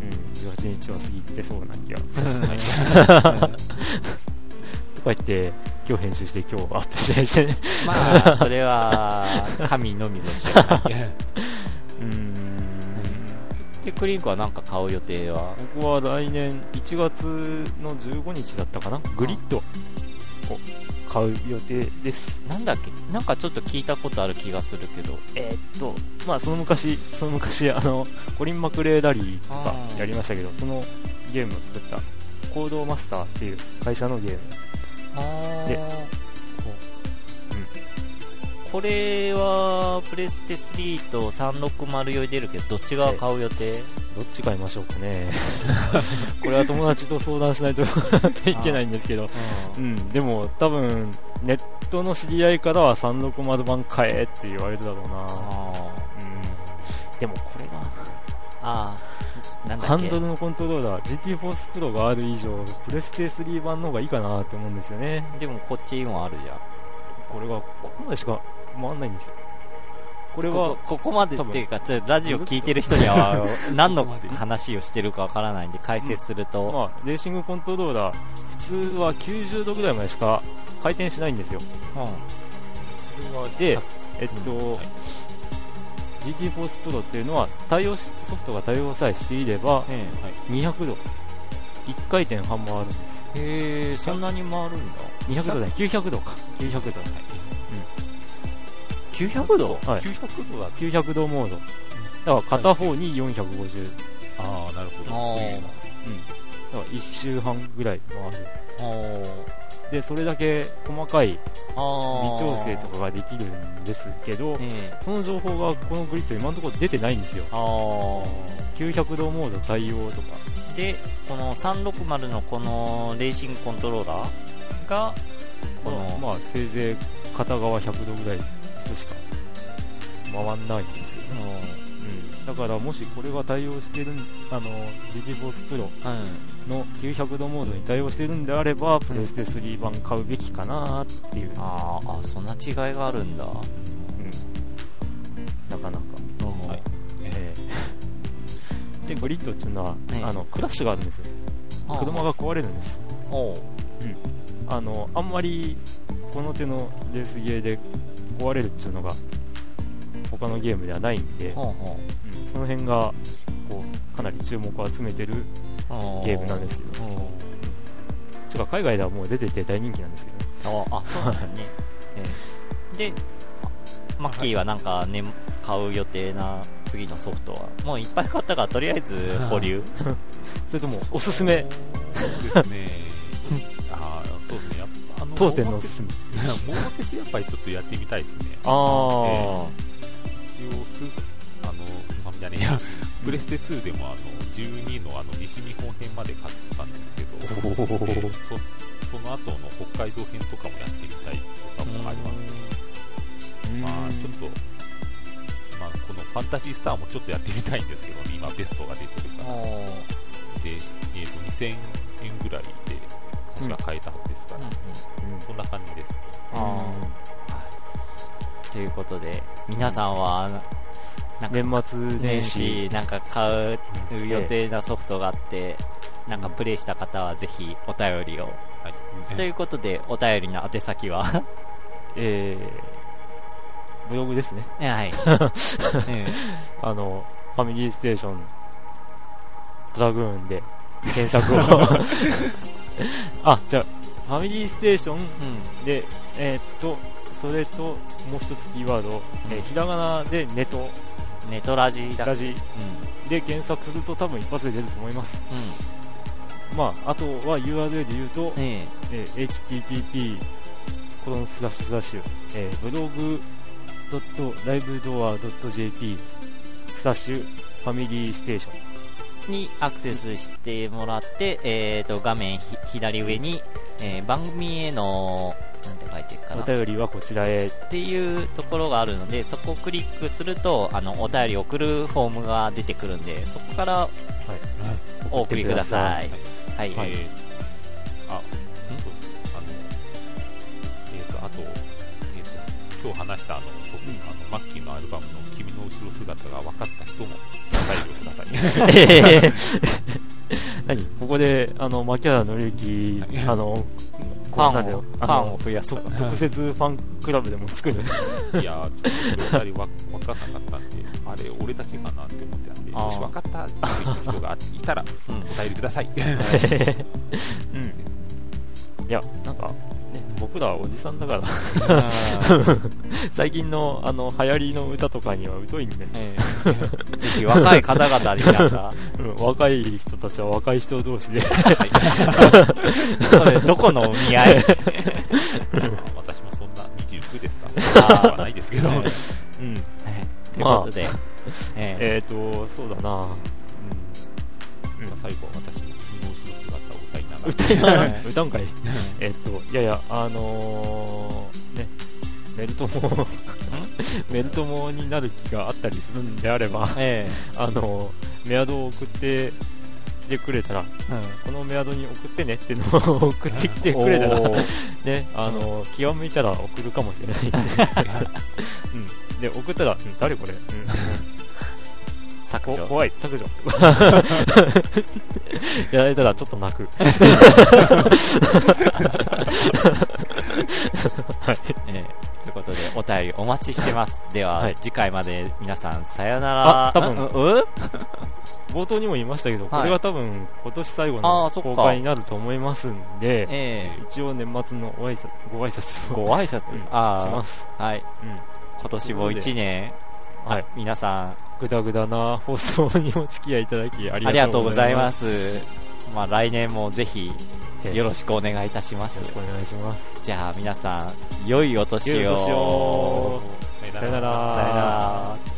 Speaker 1: うん、18日は過ぎてそうな気がするはいこうやって今日編集して今日アップしたりしてね
Speaker 2: まあ、それは、神のみぞ知らない。
Speaker 1: うん
Speaker 2: で、クリンクはなんか買う予定は
Speaker 1: 僕は来年1月の15日だったかなグリッドを買う予定です
Speaker 2: なんだっけなんかちょっと聞いたことある気がするけど。
Speaker 1: えーっとまあその昔その昔あのコリン・マクレーダリーとか
Speaker 2: あー
Speaker 1: やりましたけどそのゲームを作ったコードマスターっていう会社のゲームで
Speaker 2: これは、プレステ3と3604出るけど、どっちが買う予定
Speaker 1: どっち買いましょうかねこれは友達と相談しないといけないんですけどうん、でも多分ネットの知り合いからは360版買えって言われるだろうな、
Speaker 2: あ
Speaker 1: うん、でもこれが
Speaker 2: あー、なんだ
Speaker 1: ハ
Speaker 2: っ
Speaker 1: ン
Speaker 2: け
Speaker 1: ドルのコントローラー GT フォースプロがある以上プレステ3版の方がいいかなって思うんですよね
Speaker 2: でもこっちもあるじゃん。
Speaker 1: これがここまでしか回んないんですよこれは
Speaker 2: ここここまで
Speaker 1: 多
Speaker 2: っ
Speaker 1: 分
Speaker 2: ていうか、ちょっとラジオ聞いてる人に は、あの何の話をしてるかわからないんで、解説すると、
Speaker 1: まあ、レーシングコントローラー普通は90度ぐらいまでしか回転しないんですよでえっと、GT フォースプロっていうのは対応しソフトが対応さえしていれば
Speaker 2: うん
Speaker 1: 200度1回転半回るんです
Speaker 2: へえ、そんなに回るんだ。
Speaker 1: 200度じゃない900度か900度
Speaker 2: 900度
Speaker 1: はい
Speaker 3: 900度だ
Speaker 1: 900度モードだから片方に450だか
Speaker 3: ああ、なるほど。
Speaker 2: あー
Speaker 3: そういうの
Speaker 1: ら1周半ぐらい回る
Speaker 2: あー
Speaker 1: でそれだけ細かい微
Speaker 2: あー
Speaker 1: 調整とかができるんですけど
Speaker 2: ええ
Speaker 1: その情報がこのグリッド今のところ出てないんですよ
Speaker 2: あー
Speaker 1: 900度モード対応とか
Speaker 2: でこの360のこのレーシングコントローラーがこの、
Speaker 1: まあせいぜい片側100度ぐらいずつしか回んないんですよ、
Speaker 2: う
Speaker 1: だからもしこれが対応してるんあの GT フォースプロ
Speaker 2: んうん
Speaker 1: の900度モードに対応してるんであればプレステ3版買うべきかなっていう、
Speaker 2: あーあそんな違いがあるんだ、
Speaker 1: なかなか、
Speaker 3: はい
Speaker 1: ええ でグリッドっていうのは、
Speaker 2: ええ
Speaker 1: あのクラッシュがあるんですよ
Speaker 2: あー
Speaker 1: 車が壊れるんです
Speaker 2: おう
Speaker 1: あのあんまりこの手のレースゲーで壊れるっていうのが他のゲームではないんで、
Speaker 2: ほうほ
Speaker 1: うんその辺がこうかなり注目を集めてる
Speaker 2: うおう
Speaker 1: ゲームなんですけど
Speaker 2: おう
Speaker 1: しか海外ではもう出てて大人気なんですけどね
Speaker 2: ああそうなんだ ね、であマッキーはなんか、ね、買う予定な次のソフトはもういっぱい買ったからとりあえず保留
Speaker 1: それともおすすめ
Speaker 3: そうですね。ああ、そうですね。やっぱ、あの、
Speaker 1: 当店のおすすめ
Speaker 3: モーテスやっぱりちょっとやってみたいですね。
Speaker 1: ああ、
Speaker 3: 一応スーあのスーファミじゃねえやプレステ2でもあの12のあの西日本編まで買ったんですけど、えーそその後の北海道編とかもやってみたいとかもありますね、
Speaker 1: うん
Speaker 3: まあちょっと、まあ、このファンタジースターもちょっとやってみたいんですけどね今ベストが出てるからで、
Speaker 2: おう
Speaker 3: えー、と2000円ぐらいで確か買えたはずですか
Speaker 2: う
Speaker 3: ら、
Speaker 2: んうん
Speaker 3: そんな感じです
Speaker 2: ということで、皆さんは、なんか、
Speaker 1: 年末年
Speaker 2: 年
Speaker 1: 始
Speaker 2: 始、なんか買う予定なソフトがあって、なんかプレイした方はぜひお便りを。
Speaker 3: はい、
Speaker 2: ということで、お便りの宛先はは
Speaker 1: えーブログですね
Speaker 2: い。
Speaker 1: あのファミリーステーションプラグーンで検索を あじゃあファミリーステーションで、えーっと、それと、もう一つキーワード、えーひらがなでネト、
Speaker 2: うん。ネトラジだ。
Speaker 1: ラジ
Speaker 2: うん。
Speaker 1: で検索すると多分一発で出ると思います。
Speaker 2: う
Speaker 1: まあ、あとは URL で言うと、
Speaker 2: ん。ね
Speaker 1: えー http コロンスラッシュスラッシュ、えーブログ .livedoor.jp スラッシュファミリーステーション。
Speaker 2: えにアクセスしてもらって、えーと、画面ひ左上に、えー番組への、なんて書いてるかな
Speaker 1: お。便りはこちら へ。
Speaker 2: っていうところがあるのでそこをクリックするとあのお便り送るフォームが出てくるんでそこからお送りくださいはい、
Speaker 3: えーあ、そうです。あの、今日話したあの僕あのマッキーのアルバムの「君の後ろ姿」が分かった 人もご配慮ください
Speaker 1: ええ何ここで、あの、牧原の之、
Speaker 3: はい
Speaker 1: あの、
Speaker 2: フ
Speaker 1: こうな
Speaker 2: ァ
Speaker 1: ん
Speaker 2: ン
Speaker 1: だ
Speaker 2: を
Speaker 1: よ
Speaker 2: フ
Speaker 1: あ
Speaker 2: ァン
Speaker 1: の
Speaker 2: を増やす
Speaker 1: そ特設ファンクラブでも作る。
Speaker 3: いやーちょっとお二人わ分かんなかったんであれ俺だけかなって思ってたんで
Speaker 2: あー
Speaker 3: もし分かったって言った人がいた ら
Speaker 2: うん
Speaker 3: お便りください
Speaker 1: うん。いや、なんか、ね、僕らはおじさん だから、最近の、あの、流行りの歌とかには疎いんで、
Speaker 2: ええぜひ若い方々になんか、
Speaker 1: うん若い人たちは若い人同 士で、
Speaker 2: それどこのお見 合い
Speaker 3: 私もそんな29ですかそんなことはないですけ ど
Speaker 1: うん。
Speaker 2: ええということで、ええ
Speaker 1: えっ、と、そうだな
Speaker 3: うんまあ最後は私の君の後ろ姿を歌いながら
Speaker 1: 歌いながら、
Speaker 2: え
Speaker 1: 歌うんかい。えっ、と、いやいや、あのー、ね、メルトモ、メルトモになる気があったりするんであれば、
Speaker 2: え
Speaker 1: あのー、メアドを送ってきてくれた
Speaker 2: え
Speaker 1: ら、このメアドに送ってねっていうのを送ってきてくれたら、
Speaker 2: おー
Speaker 1: ね、あのー、気が向いたら送るかもしれないんで、うん。で、送ったら、うん誰これ、うん
Speaker 2: 削
Speaker 1: こ
Speaker 2: 除。
Speaker 1: 怖い、削除。やられたらちょっと泣く。
Speaker 2: ええということで、お便りお待ちして ます。では、
Speaker 1: はい
Speaker 2: 次回まで皆さん、さよなら。
Speaker 1: あ多分
Speaker 2: うんうん
Speaker 1: 冒頭にも言いましたけど、
Speaker 2: はい
Speaker 1: これは多分今年最後
Speaker 2: あー
Speaker 1: の
Speaker 2: そっか
Speaker 1: 公開になると思いますんで、
Speaker 2: ええ
Speaker 1: 一応年末のご挨拶ご挨拶を
Speaker 2: ご挨拶、
Speaker 1: うん
Speaker 2: あ
Speaker 1: し
Speaker 2: あ
Speaker 1: ます。
Speaker 2: はい。今年も一年、
Speaker 1: うん。はい。
Speaker 2: 皆さん、
Speaker 1: ぐだぐだな放送にお付き合いいただきあ
Speaker 2: あり
Speaker 1: り
Speaker 2: が
Speaker 1: が
Speaker 2: と
Speaker 1: と
Speaker 2: う
Speaker 1: う
Speaker 2: ご
Speaker 1: ご
Speaker 2: ざ
Speaker 1: ざ
Speaker 2: い
Speaker 1: い
Speaker 2: ま
Speaker 1: ます。
Speaker 2: す。まあ、来年もぜひ、
Speaker 1: ええ
Speaker 2: よろしくお願いいたしま
Speaker 1: よろ
Speaker 2: す
Speaker 1: し。くお願いします。
Speaker 2: じゃあ、皆さん、良いお年を。
Speaker 1: 良いお年を
Speaker 3: さよ
Speaker 1: さよなら。
Speaker 2: さよなら。